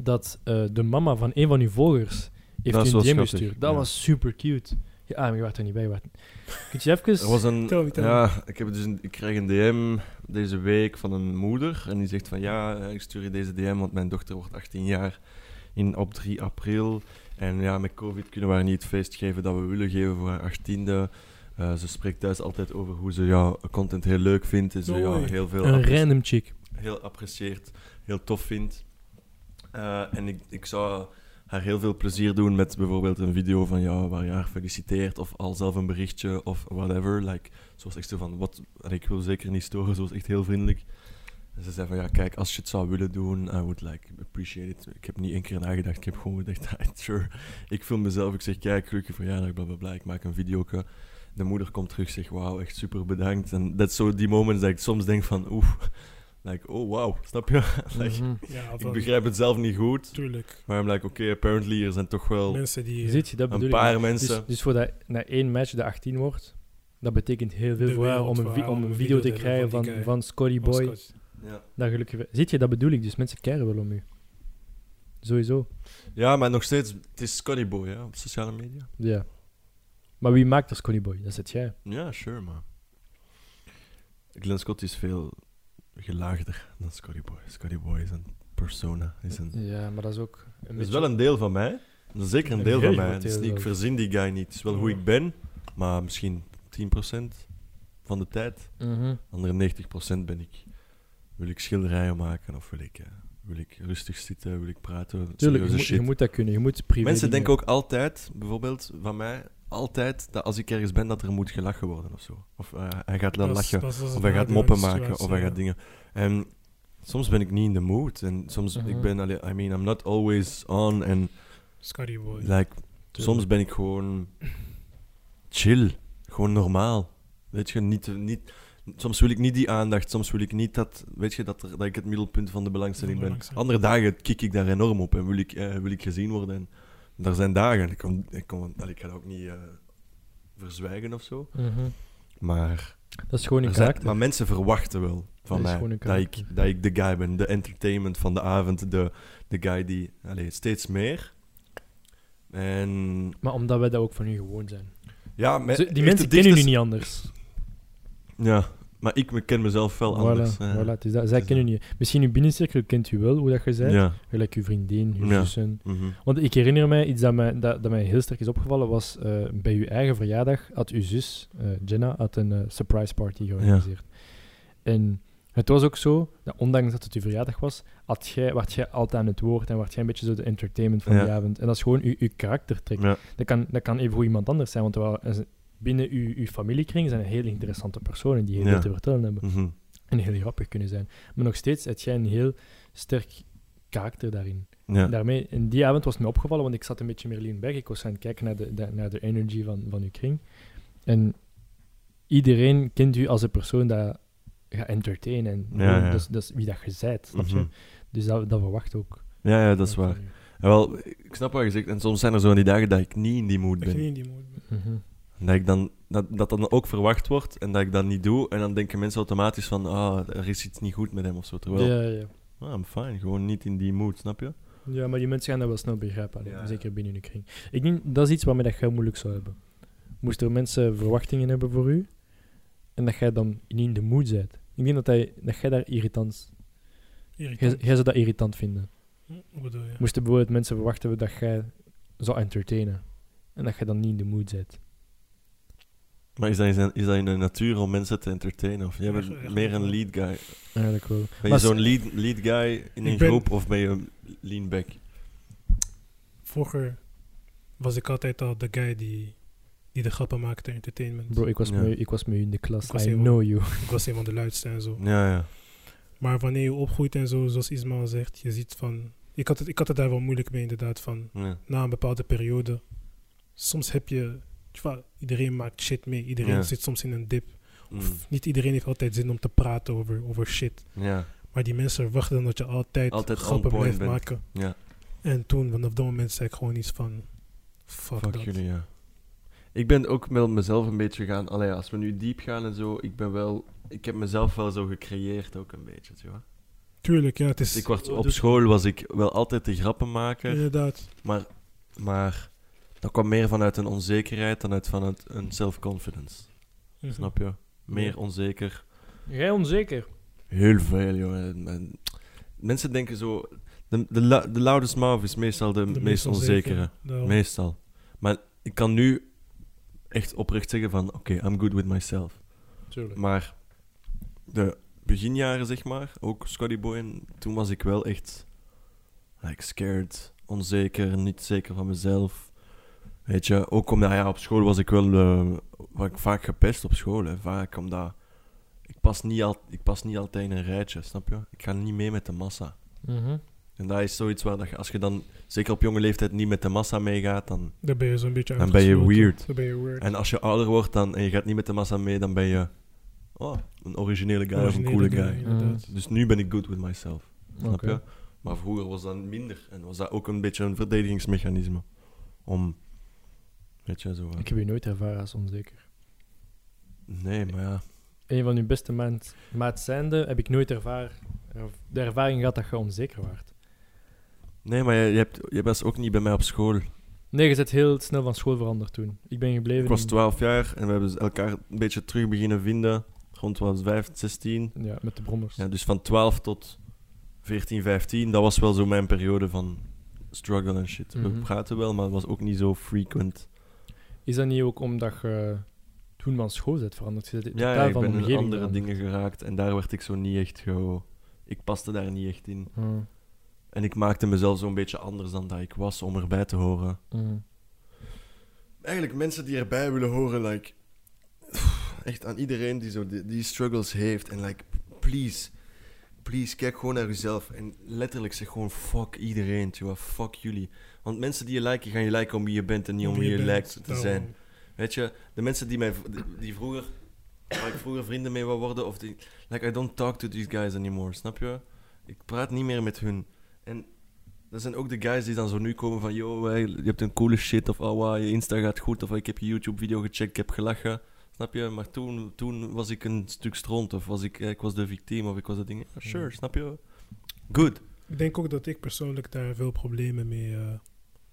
Dat eh, de mama van een van uw volgers heeft Dat u is een wel DM schattig, gestuurd. Dat ja. was super cute. Ja, ah, maar je was er niet bij. je was- Kun je even... Er was een, Tel me, tel me. ja, ik, heb dus een, ik kreeg een DM deze week van een moeder. En die zegt van ja, eh, ik stuur je deze DM, want mijn dochter wordt 18 jaar in, op 3 april. En ja, met COVID kunnen we haar niet het feest geven dat we willen geven voor haar 18e. Eh, ze spreekt thuis altijd over hoe ze jouw content heel leuk vindt. En ze jou Oei. heel veel een appre- random chick. heel apprecieert, heel tof vindt. Eh, en ik, ik zou haar heel veel plezier doen met bijvoorbeeld een video van jou waar je haar feliciteert of al zelf een berichtje of whatever. Like, zoals echt zo van, wat, en ik wil zeker niet storen, zoals echt heel vriendelijk. En ze zei van, ja kijk, als je het zou willen doen, I would like appreciate it. Ik heb niet één keer nagedacht, ik heb gewoon gedacht, "Alright, sure. Ik film mezelf, ik zeg, kijk, gelukkig verjaardag, bla bla bla, ik maak een video. De moeder komt terug, zegt, wauw, echt super bedankt. En dat is zo die moments dat ik soms denk van, oeh, like, oh wauw, snap je? like, Mhm. Ja, ik van- begrijp het zelf niet goed, Tuurlijk. maar ik like, oké, apparently er zijn toch wel Mensen die. Je eh, Ziet je, dat een bedoel ik. paar Dus, mensen. dus voor dat na één match de 18 wordt, dat betekent heel veel De voor haar wereld om een, voor vi- haar om een video te delen van krijgen die van, guy. van, Scotty van Boy. Scott. Ja. Dat gelukkig... Ziet je, dat bedoel ik. Dus mensen keren wel om u. Sowieso. ja, maar nog steeds, het is Scotty Boy hè, op sociale media. Ja. Maar wie maakt er Scotty Boy? Dat is het jij. Ja, sure, man. Glenn Scott is veel gelaagder dan Scotty Boy. Scotty Boy is een persona. Is een, Ja, maar dat is ook een dat is wel een deel van mij. Dat is zeker een Een deel van heel mij. groot Dus deel niet- ik zelfs. verzin die guy niet. Het is wel hoe ik ben, maar misschien 10% van de tijd. Mhm. Andere 90% ben ik. Wil ik schilderijen maken of wil ik, eh, wil ik rustig zitten, wil ik praten? Tuurlijk, je, serieuze moet- je shit. moet dat kunnen. Je moet privé Mensen dingen- denken ook altijd, bijvoorbeeld van mij, altijd dat als ik ergens ben dat er moet gelachen worden of zo. Of eh, hij gaat dan Dat is- lachen, dat is- dat is of een hij gaat nadeel moppen aan de maken, of hij situatie, gaat dingen. En soms ben ik niet in de mood en soms Mhm. ik ben, allee, I mean, I'm not always on en ja. Scotty Boy. like, soms ben ik gewoon chill, gewoon normaal. Weet je, niet, niet, soms wil ik niet die aandacht, soms wil ik niet dat, weet je, dat, er, dat ik het middelpunt van de belangstelling Van de ben. Andere belangstelling. dagen kik ik daar enorm op en wil ik, eh, wil ik gezien worden. En daar zijn dagen, ik, kom, ik, kom, allee, ik ga dat ook niet eh, verzwijgen of zo. Mhm. Maar, Dat is gewoon een er zijn- karakter. maar mensen verwachten wel Dat van is mij gewoon een dat ik, karakter. dat ik de guy ben, de entertainment van de avond, de, de guy die allee, steeds meer. En Maar omdat wij dat ook van u gewoon zijn. ja, me- Ze- echt die de mensen kennen dichtste- u niet anders. Ja, maar ik me- ken mezelf wel anders. Voilà, ja. voilà, dus dat, zij is kennen u niet. Misschien uw binnencirkel kent u wel, hoe dat je zei. Ja. Gelijk uw vriendin, uw Ja. zussen. mhm. Want ik herinner mij iets dat mij, dat, dat mij heel sterk is opgevallen, was eh, bij uw eigen verjaardag had uw zus, eh, Jenna, had een eh, surprise party georganiseerd. En het was ook zo, dat ondanks dat het uw verjaardag was, had jij, werd jij altijd aan het woord en werd jij een beetje zo de entertainment van Ja. die avond. En dat is gewoon uw, uw karaktertrek. Ja. Dat, kan, dat kan even goed iemand anders zijn, want terwijl, er zijn- binnen uw, uw familiekring zijn er heel interessante personen die heel Ja. veel te vertellen hebben. mhm. En heel grappig kunnen zijn. Maar nog steeds had jij een heel sterk karakter daarin. Ja. En Daarmee, in die avond was het me opgevallen, want ik zat een beetje meer lean back. Ik was aan het kijken naar de, de- naar de energy van, van uw kring. En iedereen kent u als een persoon dat gaat entertainen. En Ja, gewoon, ja. Dat, is, dat is wie dat je zijt, snap je? Mhm. Dus dat, dat verwacht ook. ja, ja, dat is waar. Ja, wel, ik snap wat je zegt. En soms zijn er zo van die dagen dat ik niet in die mood Dat je ben. niet in die mood bent. Mhm. Dat, ik dan, dat, dat dan ook verwacht wordt en dat ik dat niet doe. En dan denken mensen automatisch van, ah, er is iets niet goed met hem of zo. Terwijl, Ja, ja. ah, I'm fine. Gewoon niet in die mood, snap je? ja, maar die mensen gaan dat wel snel begrijpen. allee, Ja. Zeker binnen hun kring. Ik denk, dat is iets waarmee dat jij moeilijk zou hebben. Moesten mensen verwachtingen hebben voor u en dat jij dan niet in de mood bent. Ik denk dat, hij, dat jij daar irritant... Jij, Irritant. jij zou dat irritant vinden. Hm, Wat bedoel je? Moesten bijvoorbeeld mensen verwachten hebben dat jij zou entertainen en dat jij dan niet in de mood bent. Maar is dat, in zijn- is dat in de natuur om mensen te entertainen? Of jij bent Echt- echt meer een wel. lead guy? Eigenlijk wel. Ben je Maar s- zo'n lead, lead guy in een ben- groep of ben je een lean back? Vroeger was ik altijd al de guy die, die de grappen maakte in entertainment. Bro, ik was, Ja. mee, ik was mee in de klas. Ik was I heel- know you. Ik was een van de luidste en zo. Ja, ja. Maar wanneer je opgroeit en zo, zoals Ismael zegt, je ziet van... Ik had, het, ik had het daar wel moeilijk mee inderdaad, van ja. na een bepaalde periode. Soms heb je... tja, iedereen maakt shit mee. Iedereen Ja. zit soms in een dip. Mm. Of niet iedereen heeft altijd zin om te praten over, over shit. ja. Maar die mensen verwachten dan dat je altijd, Altijd on grappen point blijft bent. maken. Ja. En toen, vanaf dat moment, zei ik gewoon iets van... Fuck, Fuck dat. jullie, ja. Ik ben ook met mezelf een beetje gaan... Allee, als we nu diep gaan en zo, ik ben wel... Ik heb mezelf wel zo gecreëerd ook een beetje, tu vois. Tuurlijk, ja, het is... Oh, dus- Ik was, op school was ik wel altijd de grappenmaker, Inderdaad. maar, maar dat kwam meer vanuit een onzekerheid dan uit vanuit een self-confidence. Mhm. Snap je? Meer onzeker. Jij onzeker? Heel veel, jongen. En- Mensen denken zo... De, de, la- de loudest mouth is meestal de, De meest onzekere. Daarom. Meestal. Maar ik kan nu echt oprecht zeggen van... Oké, I'm good with myself. Tuurlijk. Maar de beginjaren, zeg maar, ook Scotty Boy, en toen was ik wel echt like, scared, onzeker, niet zeker van mezelf. Weet je, ook omdat ja, op school was ik wel eh, was ik vaak gepest op school. Hè, vaak omdat ik pas, niet al, ik pas niet altijd in een rijtje, snap je? Ik ga niet mee met de massa. Mhm. En dat is zoiets waar dat je- als je dan, zeker op jonge leeftijd, niet met de massa meegaat, dan... Dan ben je zo'n beetje Dan ben je uitgesloten. weird. Dan ben je weird. En als je ouder wordt dan, en je gaat niet met de massa mee, dan ben je oh, een originele guy of een Originele coole dingen, guy. Inderdaad. Dus nu ben ik good with myself. Snap Oké. je? Maar vroeger was dat minder. En was dat ook een beetje een verdedigingsmechanisme. Om. Weet je zo. eh, Ik heb je nooit ervaren als onzeker. Nee, maar ja. Een van uw beste maat, maat zijnde heb ik nooit ervaren, de ervaring gehad dat je onzeker waart. Nee, maar je, je, hebt, je was ook niet bij mij op school. Nee, je bent heel snel van school veranderd toen. Ik ben gebleven. Ik was in- 12 jaar en we hebben elkaar een beetje terug beginnen vinden. Rond was 5, 16. Ja, met de brommers. Ja, dus van 12 tot 14, 15. Dat was wel zo mijn periode van struggle en shit. We Mhm. praten wel, maar het was ook niet zo frequent. Is dat niet ook omdat je toen van school bent veranderd? Je bent Ja, ja, totaal ik van ben in omgeving andere veranderd. dingen geraakt. En daar werd ik zo niet echt ge... Ik paste daar niet echt in. Mm, En ik maakte mezelf zo'n beetje anders dan dat ik was om erbij te horen. Mhm. mm. Eigenlijk mensen die erbij willen horen, like, echt aan iedereen die zo die, die struggles heeft. En like, please, please, kijk gewoon naar jezelf. En letterlijk zeg gewoon fuck iedereen, tjoh, fuck jullie. Want mensen die je liken, gaan je liken om wie je bent en niet om wie je, bent, lijkt te daarom. zijn. Weet je, de mensen die, mij, die- die vroeger, waar ik vroeger vrienden mee wou worden, of die, like, I don't talk to these guys anymore, snap je? Ik praat niet meer met hun. En dat zijn ook de guys die dan zo nu komen van, yo, hey, je hebt een coole shit, of oh, wow, je Insta gaat goed, of ik heb je YouTube-video gecheckt, ik heb gelachen. Snap je? Maar toen, toen was ik een stuk stront, of was ik, eh, ik was de victiem, of ik was dat ding. Ja, sure, snap je? Good. Ik denk ook dat ik persoonlijk daar veel problemen mee eh,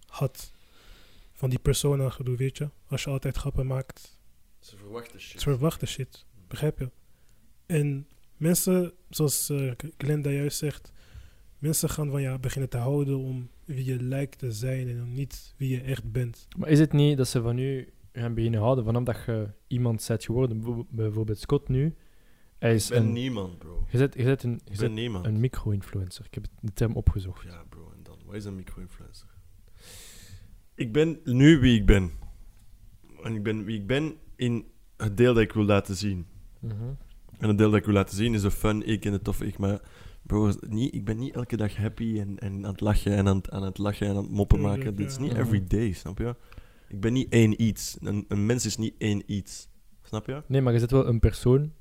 had. Van die persona gedoe, weet je. Als je altijd grappen maakt, Ze verwachten shit. ze verwachten shit. Begrijp je? En mensen, zoals eh, K- Glenda juist zegt... Mensen gaan van ja beginnen te houden om wie je lijkt te zijn... en om niet wie je echt bent. Maar is het niet dat ze van u gaan beginnen houden vanaf dat je iemand bent geworden? Bijvo- Bijvoorbeeld Scott nu. Hij is Ik ben een, niemand, bro. je zet, je zet een, je Ik zet ben niemand. Een micro-influencer. Ik heb de term opgezocht. Ja, bro, en dan, wat is een micro-influencer? Ik ben nu wie ik ben. En ik ben wie ik ben in het deel dat ik wil laten zien. En het deel dat ik wil laten zien is de fun ik en de toffe ik. Maar bro, niet, ik ben niet elke dag happy en, en aan het lachen en aan het, aan het lachen en aan het moppen Tuurlijk, maken. Dit is ja. niet Mhm. everyday, snap je? Ik ben niet één iets. Een, een mens is niet één iets. Snap je? Nee, maar je zet wel een persoon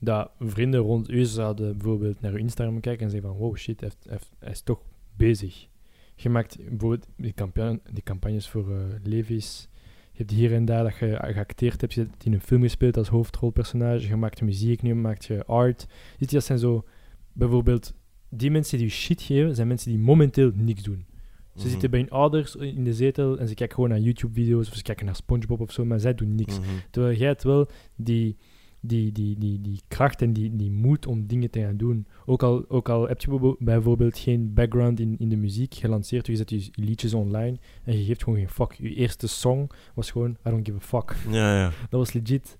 dat vrienden rond u zouden bijvoorbeeld naar uw Instagram kijken en zeggen van wow, shit, hij, heeft- hij heeft- hij is toch bezig. Je maakt bijvoorbeeld die, campagne, die campagnes voor eh Levi's. Je hebt hier en daar dat je geacteerd hebt. Je hebt in een film gespeeld als hoofdrolpersonage. Je maakt muziek nu, maakt je art. Ziet je, dat zijn zo... Bijvoorbeeld, die mensen die je shit geven, zijn mensen die momenteel niks doen. Ze Mhm. zitten bij hun ouders in de zetel en ze kijken gewoon naar YouTube-video's of ze kijken naar Spongebob of zo, maar zij doen niks. Mhm. Terwijl jij hebt wel die, die, die, die, die kracht en die, die moed om dingen te gaan doen. Ook al, ook al heb je bijvo- bijvoorbeeld geen background in, in de muziek gelanceerd, je zet je liedjes online en je geeft gewoon geen fuck. Je eerste song was gewoon I don't give a fuck. Ja, ja. Dat was legit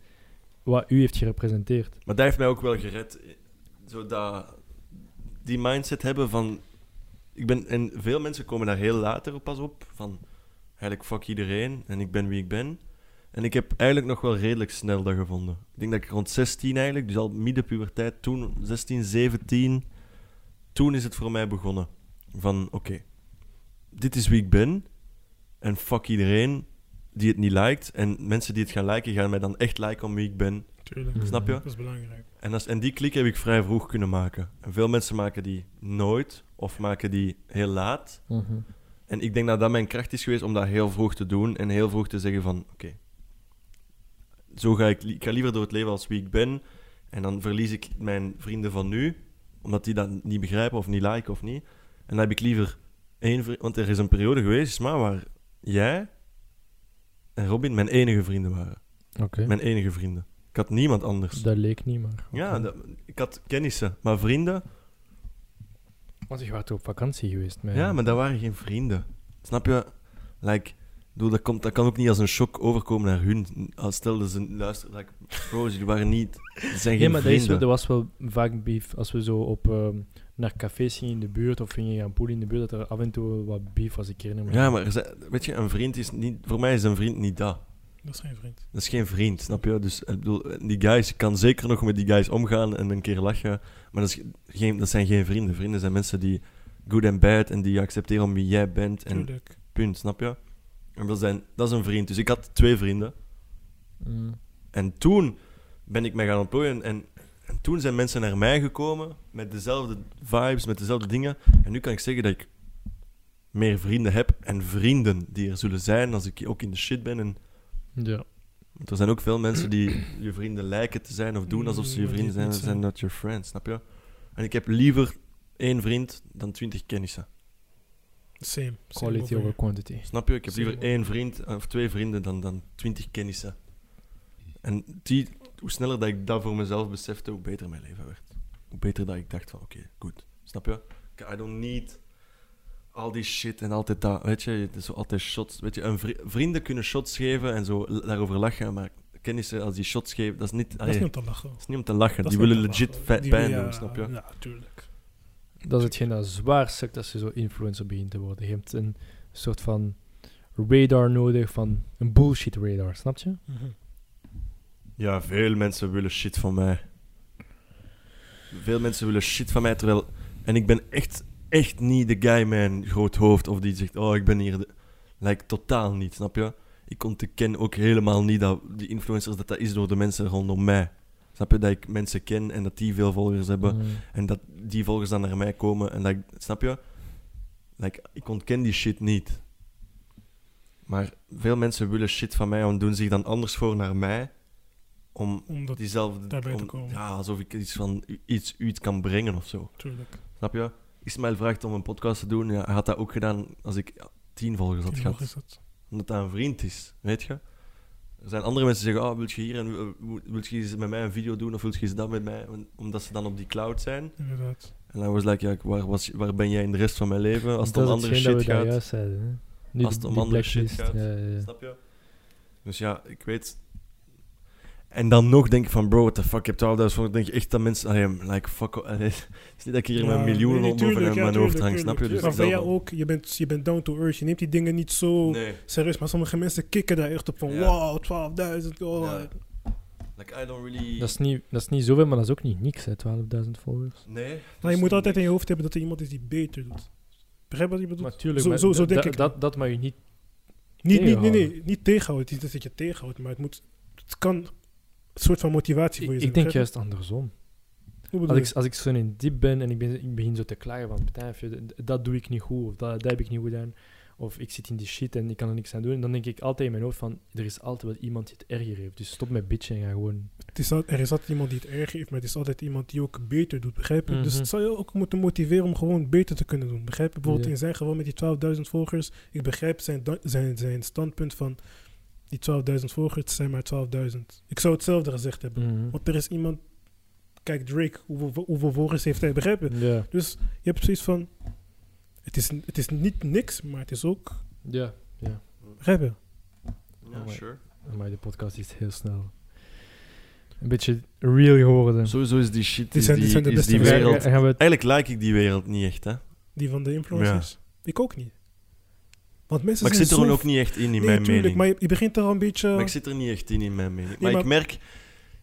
wat u heeft gerepresenteerd. Maar dat heeft mij ook wel gered. Zo dat, die mindset hebben van... Ik ben, en veel mensen komen daar heel later pas op. Van, eigenlijk fuck iedereen en ik ben wie ik ben. En ik heb eigenlijk nog wel redelijk snel dat gevonden. Ik denk dat ik rond 16 eigenlijk, dus al midden puberteit, toen 16, 17... Toen is het voor mij begonnen. Van, oké, dit is wie ik ben. En fuck iedereen die het niet liked. En mensen die het gaan liken, gaan mij dan echt liken om wie ik ben. Tuurlijk. Mhm. Mm. Snap je? Dat is belangrijk. En, als, en die klik heb ik vrij vroeg kunnen maken. En veel mensen maken die nooit of maken die heel laat. Mhm. En ik denk dat dat mijn kracht is geweest om dat heel vroeg te doen en heel vroeg te zeggen van oké, zo ga ik, li- ik ga liever door het leven als wie ik ben. En dan verlies ik mijn vrienden van nu, omdat die dat niet begrijpen of niet liken of niet. En dan heb ik liever één vriend, want er is een periode geweest, maar waar jij en Robin mijn enige vrienden waren. Oké. Mijn enige vrienden. Ik had niemand anders. Dat leek niet, maar... Ja, dat- ik had kennissen, maar vrienden. Want je was op vakantie geweest. Ja, maar dat waren geen vrienden. Snap je? Like, ik bedoel, dat, komt, dat kan ook niet als een shock overkomen naar hun. Als stelden ze, luister, like, bro, jullie waren niet. Ze zijn geen Ja, maar dat, is, vrienden. wel- dat was wel vaak beef. Als we zo op, ehm, naar cafés gingen in de buurt of gingen gaan poelen in de buurt, dat er af en toe wel wat beef was. Ik herinner me. Ja, maar er zijn- weet je, een vriend is niet. Voor mij is een vriend niet dat. Dat is geen vriend. Dat is geen vriend, snap je? Dus ik bedoel, die guys, ik kan zeker nog met die guys omgaan en een keer lachen. Maar dat, is geen, dat zijn geen vrienden. Vrienden zijn mensen die good en bad en die accepteren om wie jij bent. En Tuurlijk. punt, snap je? En dat, zijn, dat is een vriend. Dus ik had twee vrienden. Mm. En toen ben ik mij gaan ontplooien. En, en toen zijn mensen naar mij gekomen met dezelfde vibes, met dezelfde dingen. En nu kan ik zeggen dat ik meer vrienden heb en vrienden die er zullen zijn als ik ook in de shit ben. En, Ja. want er zijn ook veel mensen die je vrienden lijken te zijn of doen alsof ze je Mm, vrienden maar zijn. die het en zijn niet not your friends, snap je? En ik heb liever één vriend dan twintig kennissen. Same. same Quality over over here. quantity. Snap je? Ik heb liever Zeker. één vriend eh, of twee vrienden dan, dan twintig kennissen. En die, hoe sneller dat ik dat voor mezelf besefte, hoe beter mijn leven werd. Hoe beter dat ik dacht van, oké, goed. Snap je? Ik- I don't need al die shit en altijd dat. Weet je, het is zo altijd shots. Weet je, een vri- vrienden kunnen shots geven en zo l- daarover lachen, maar kennissen als die shots geven, dat is niet... Dat is allee, niet om te lachen. dat is niet om te lachen. Dat die is niet willen om te legit lachen. fat Die pijn willen- doen, snap je? Ja, tuurlijk. Dat is hetgeen dat zwaar sukt als je zo influencer begint te worden. Je hebt een soort van radar nodig, van een bullshit radar, snap je? Mhm. Ja, veel mensen willen shit van mij. Veel mensen willen shit van mij, terwijl... En ik ben echt, echt niet de guy met een groot hoofd of die zegt... Oh, ik ben hier... De... Like, totaal niet, snap je? Ik ontken ook helemaal niet dat die influencers... Dat dat is door de mensen rondom mij. Snap je? Dat ik mensen ken en dat die veel volgers hebben. Mm. En dat die volgers dan naar mij komen en dat ik... Snap je? Like, ik ontken die shit niet. Maar veel mensen willen shit van mij en doen zich dan anders voor naar mij... Om Omdat, diezelfde... daarbij te om- komen. Ja, alsof ik iets van iets, iets kan brengen of zo. tuurlijk. Snap je? Ismaël vraagt om een podcast te doen. Ja, hij had dat ook gedaan als ik tien volgers had Die gehad. nog is het. Omdat dat een vriend is, weet je? Er zijn andere mensen die zeggen, ah wil je hier en eh, wil wil je eens met mij een video doen of wil je eens dat met mij? Omdat ze dan op die cloud zijn. Inderdaad. En dan was ik, like, ja, waar, was, waar ben jij in de rest van mijn leven als het dat om is andere hetgeen dat shit we daar gaat? juist zeiden. hè. Nu Als die- het om die andere shit blacklist, gaat. ja, eh. ja, ja. Snap je? Dus ja, ik weet. En dan nog denk ik van, bro, what the fuck, ik heb 12.000 volgers. denk je echt dat mensen... Allee, like, fuck... off. Allee, het is niet dat ik hier Ja, met miljoenen nee, rond boven tuurlijk, mijn ja, hoofd tuurlijk, hang, snap je? tuurlijk. Dus maar ik voor zal jou wel- ook, je bent, je bent down to earth. Je neemt die dingen niet zo Nee. serieus. Maar sommige mensen kicken daar echt op van, Ja. wow, 12.000. Oh. Ja. Like, I don't really... Dat, is niet, dat is niet zoveel, maar dat is ook niet niks, hè, 12.000 volgers. Nee. dat Maar je is niet moet altijd in niks. je hoofd hebben dat er iemand is die beter doet. Begrijp wat ik bedoel? Natuurlijk, Zo- zo- zo denk ik dat, dat mag je niet Niet, niet, nee, tegenhouden. nee, niet tegenhouden. Het is niet dat je tegenhoudt, maar het, moet, het kan een soort van motivatie voor je Ik, zijn. ik denk begrijp juist andersom. je? Hoe bedoel Als je? ik, als ik zo in diep ben en ik, ben, ik begin zo te klagen van, "Betijn, dat doe ik niet goed, of dat, dat heb ik niet goed gedaan. Of ik zit in die shit en ik kan er niks aan doen. Dan denk ik altijd in mijn hoofd van, er is altijd wel iemand die het erger heeft. Dus stop met bitchen en ga gewoon... Het is al- er is altijd iemand die het erg heeft, maar het is altijd iemand die ook beter doet, begrijp je? Dus Mhm. het zou je ook moeten motiveren om gewoon beter te kunnen doen, begrijp je? Bijvoorbeeld Ja. in zijn geval met die 12.000 volgers. Ik begrijp zijn, da- zijn, zijn standpunt van die 12.000 volgers het zijn maar 12.000. Ik zou hetzelfde gezegd hebben. Mhm. Want er is iemand... Kijk, Drake, hoeveel, hoeveel volgers heeft hij, begrijp je? Ja. Dus je hebt zoiets van... Het is, het is niet niks, maar het is ook... Ja. Begrijp je? Ja, Oh, maar- sure. Maar de podcast is heel snel. Een beetje real geworden. Sowieso is die shit, Die is zijn- die die, zijn de is beste die Ja, wereld. ja, gaan we het- Eigenlijk like ik die wereld niet echt, hè. Die van de influencers. Ik ook niet. Want mensen Maar ik zijn zit er gewoon zo ook niet echt in, in Nee, mijn tuurlijk, mening. maar je, je begint er al een beetje... Maar ik zit er niet echt in, in mijn mening. Nee, maar, maar- ik merk,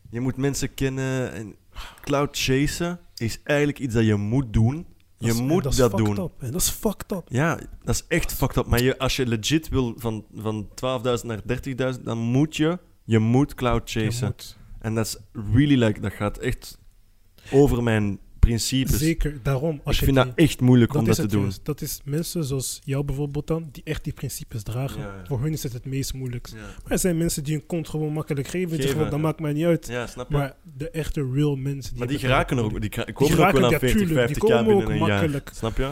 je moet mensen kennen. En cloud chasen is eigenlijk iets dat je moet doen. Je is- en moet is dat fucked doen. Up, en dat is fucked up. Ja, dat is echt fucked up. Maar je, als je legit wil van, van 12.000 naar 30.000, dan moet je, je moet cloud Je chasen. moet- En dat is really like, dat gaat echt over mijn principes. Zeker, daarom. Als ik je vind dat die- echt moeilijk om is dat te het doen. juist. Dat is mensen zoals jou bijvoorbeeld dan, die echt die principes dragen. Ja, ja. Voor hun is het het meest moeilijkst. Ja. Maar er zijn mensen die hun kont gewoon makkelijk geven. en zeggen Geven, van, dat ja. maakt mij niet uit. Ja, snap je? Maar, Maar de echte real mensen... Die die hebben het geraken er ook, die kra- Die komen ook geraken, wel ja, aan 40, tuurlijk, die 50k binnen komen ook een jaar. makkelijk. Snap je?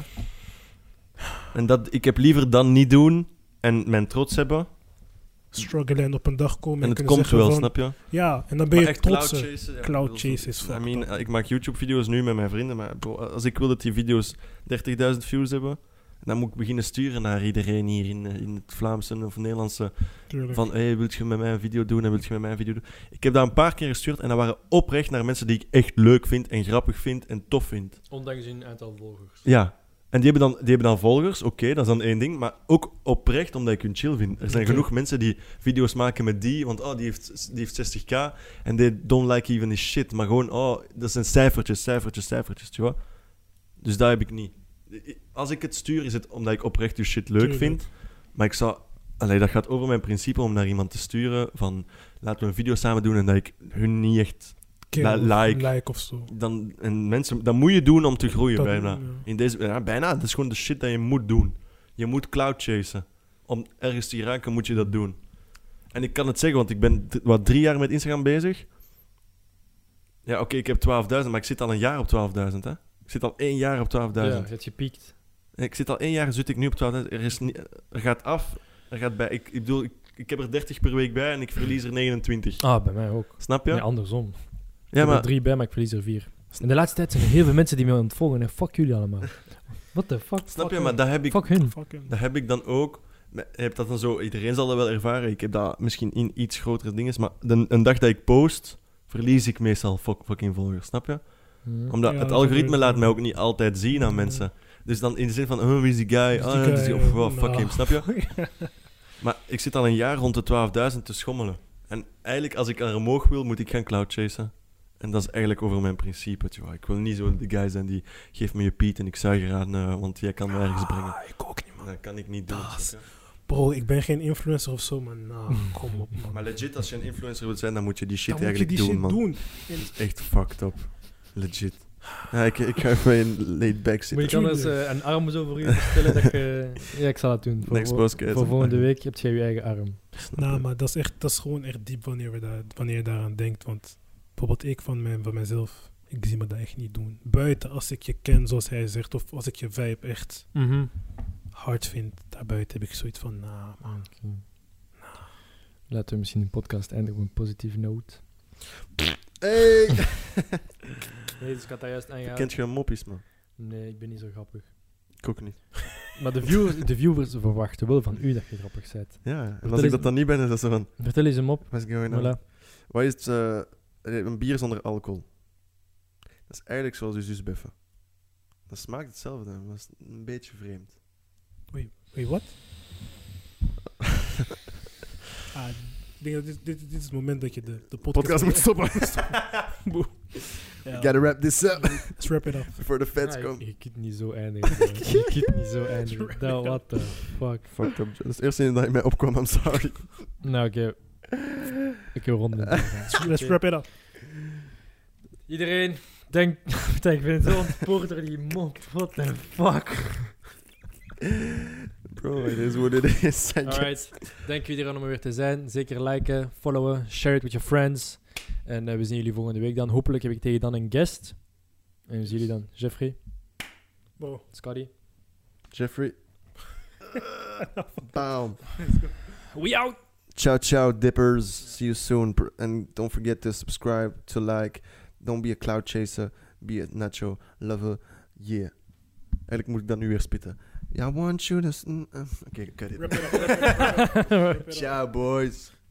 En dat, ik heb liever dan niet doen en mijn trots hebben. Struggelen en op een dag komen en, En het kunnen komt zeggen wel, van- snap je? Ja, en dan ben Maar je echt cloud trotser. chasen. ja, Cloud ik bedoel, chasen is I fucked mean, up. eh, ik maak YouTube-video's nu met mijn vrienden, maar bro, als ik wil dat die video's 30.000 views hebben, dan moet ik beginnen sturen naar iedereen hier in, eh, in het Vlaamse of Nederlandse. Tuurlijk. Van, hey, wilt je met mij een video doen en wilt je met mij een video doen? Ik heb dat een paar keer gestuurd en dat waren oprecht naar mensen die ik echt leuk vind en grappig vind en tof vind. Ondanks hun aantal volgers. Ja. En die hebben dan, die hebben dan volgers, oké, dat is dan één ding. Maar ook oprecht, omdat ik hun chill vind. Er zijn Oké. genoeg mensen die video's maken met die, want oh, die, heeft, die heeft 60k en they don't like even his shit. Maar gewoon, oh, dat zijn cijfertjes, cijfertjes, cijfertjes, tu vois. Dus dat heb ik niet. I- Als ik het stuur, is het omdat ik oprecht je shit leuk Tuurlijk. vind. Maar ik zou... Allee, dat gaat over mijn principe om naar iemand te sturen van... Laten we een video samen doen en dat ik hun niet echt... Kill la- of like. like of zo. Dan, en mensen, dat moet je doen om te groeien Dat- bijna. ja. In deze, ja, bijna. Dat is gewoon de shit dat je moet doen. Je moet cloud chasen. Om ergens te raken moet je dat doen. En ik kan het zeggen, want ik ben d- wat drie jaar met Instagram bezig. Ja, oké, ik heb 12.000, maar ik zit al een jaar op 12.000, hè? Ik zit al één jaar op 12.000. Ja, het hebt gepiekt. En Ik zit al één jaar, zit ik nu op 12.000. Er, is niet- er gaat af, er gaat bij. Ik, ik bedoel, ik, ik heb er 30 per week bij en ik verlies er 29. Ah, bij mij ook. Snap je? Nee, andersom. ja, Ik heb er maar drie bij, maar ik verlies er vier. En de laatste tijd zijn er heel veel mensen die mij ontvolgen. En fuck jullie allemaal. What the fuck? snap fuck je? hun. Maar dat heb ik Fuck hun. Fucking- Dat heb ik dan ook. Je hebt dat dan zo, iedereen zal dat wel ervaren. Ik heb dat misschien in iets grotere dingen. Maar de, een dag dat ik post, verlies ik meestal fuck- fucking volgers. Snap je? Hm. Omdat Ja, het dat algoritme gebeurt, laat ja. mij ook niet altijd zien aan Ja. mensen. Dus dan in de zin van, oh, wie is die guy? Wie is Ah, die dat is guy? die- of wow, fuck Nou. him, snap je? maar ik zit al een jaar rond de 12.000 te schommelen. En eigenlijk, als ik er omhoog wil, moet ik gaan cloud chasen. En dat is eigenlijk over mijn principe. tjoh. Ik wil niet zo de guy zijn die geef me je piet en ik zuig eraan, eh, want jij kan me ergens brengen. Ah, ik ook niet, man. Dat kan ik niet doen. Dat snap je? Bro, ik ben geen influencer of zo, maar nou, kom op, man. Maar legit, als je een influencer wilt zijn, dan moet je die Hm. shit Dan moet je eigenlijk die doen, shit man. doen. Dat is echt fucked up. Legit. Ja, ik, ik ga even in laid back Moet zitten. ik anders eh, een arm zo voor u bestellen? dat je... Ja, ik zal dat doen. Voor, Next voor- podcast. voor volgende week heb jij je eigen arm. Snap je? Nou, maar dat is, echt, dat is gewoon echt diep wanneer, we daar, wanneer je daaraan denkt. Want bijvoorbeeld ik van, mijn, van mezelf, ik zie me dat echt niet doen. Buiten als ik je ken, zoals hij zegt, of als ik je vibe echt Mhm. hard vind, daarbuiten heb ik zoiets van, nou, man. Ah, Oké. Laten we misschien de podcast eindigen op een positieve noot. Hey! Nee, dus ik had daar juist Kent je moppies, man? Nee, ik ben niet zo grappig. Ik ook niet. Maar de viewers, de viewers verwachten wel van u dat je grappig bent. Ja, en Dat als is- ik dat dan niet ben, is dat zo van... Vertel eens hem op. What's going on? Voilà. Wat is het, eh, een bier zonder alcohol? Dat is eigenlijk zoals je zuusbeffen. Dat smaakt hetzelfde, maar dat is een beetje vreemd. Wait, wat? ah, ik denk dat dit, dit, dit is het moment dat je de, de podcast, Podcast moet stoppen. Boe. Ja, Gotta wrap this up let's wrap it up. before the feds Ah, come. Je, je kunt niet zo eindigen. bro. je kunt niet zo eindigen. Dat, what the fuck. Fucked up. Dat is het eerste ding dat in mij opkwam, I'm sorry. Nou, oké. Ik wil ronden. Let's Oké. wrap it up. Iedereen, denk... ik ben zo ontspoord door die mop. What the fuck. Bro, it is what it is. I guess. Alright, dank jullie er om er weer te zijn. Zeker liken, followen, share it with your friends. En eh, we zien jullie volgende week dan. Hopelijk heb ik tegen dan een guest. En we zien jullie dan. Jeffrey, Bro. Scotty. Jeffrey. Bam. We out! Ciao, ciao, dippers. See you soon. Pr- And don't forget to subscribe, to like. Don't be a cloud chaser. Be a nacho lover. Yeah. Eigenlijk moet ik dat nu weer spitten. Yeah, I want you to... s- mm, uh, Oké, cut it. Wrap it up, wrap it up, wrap it up, wrap it up. Ciao, boys.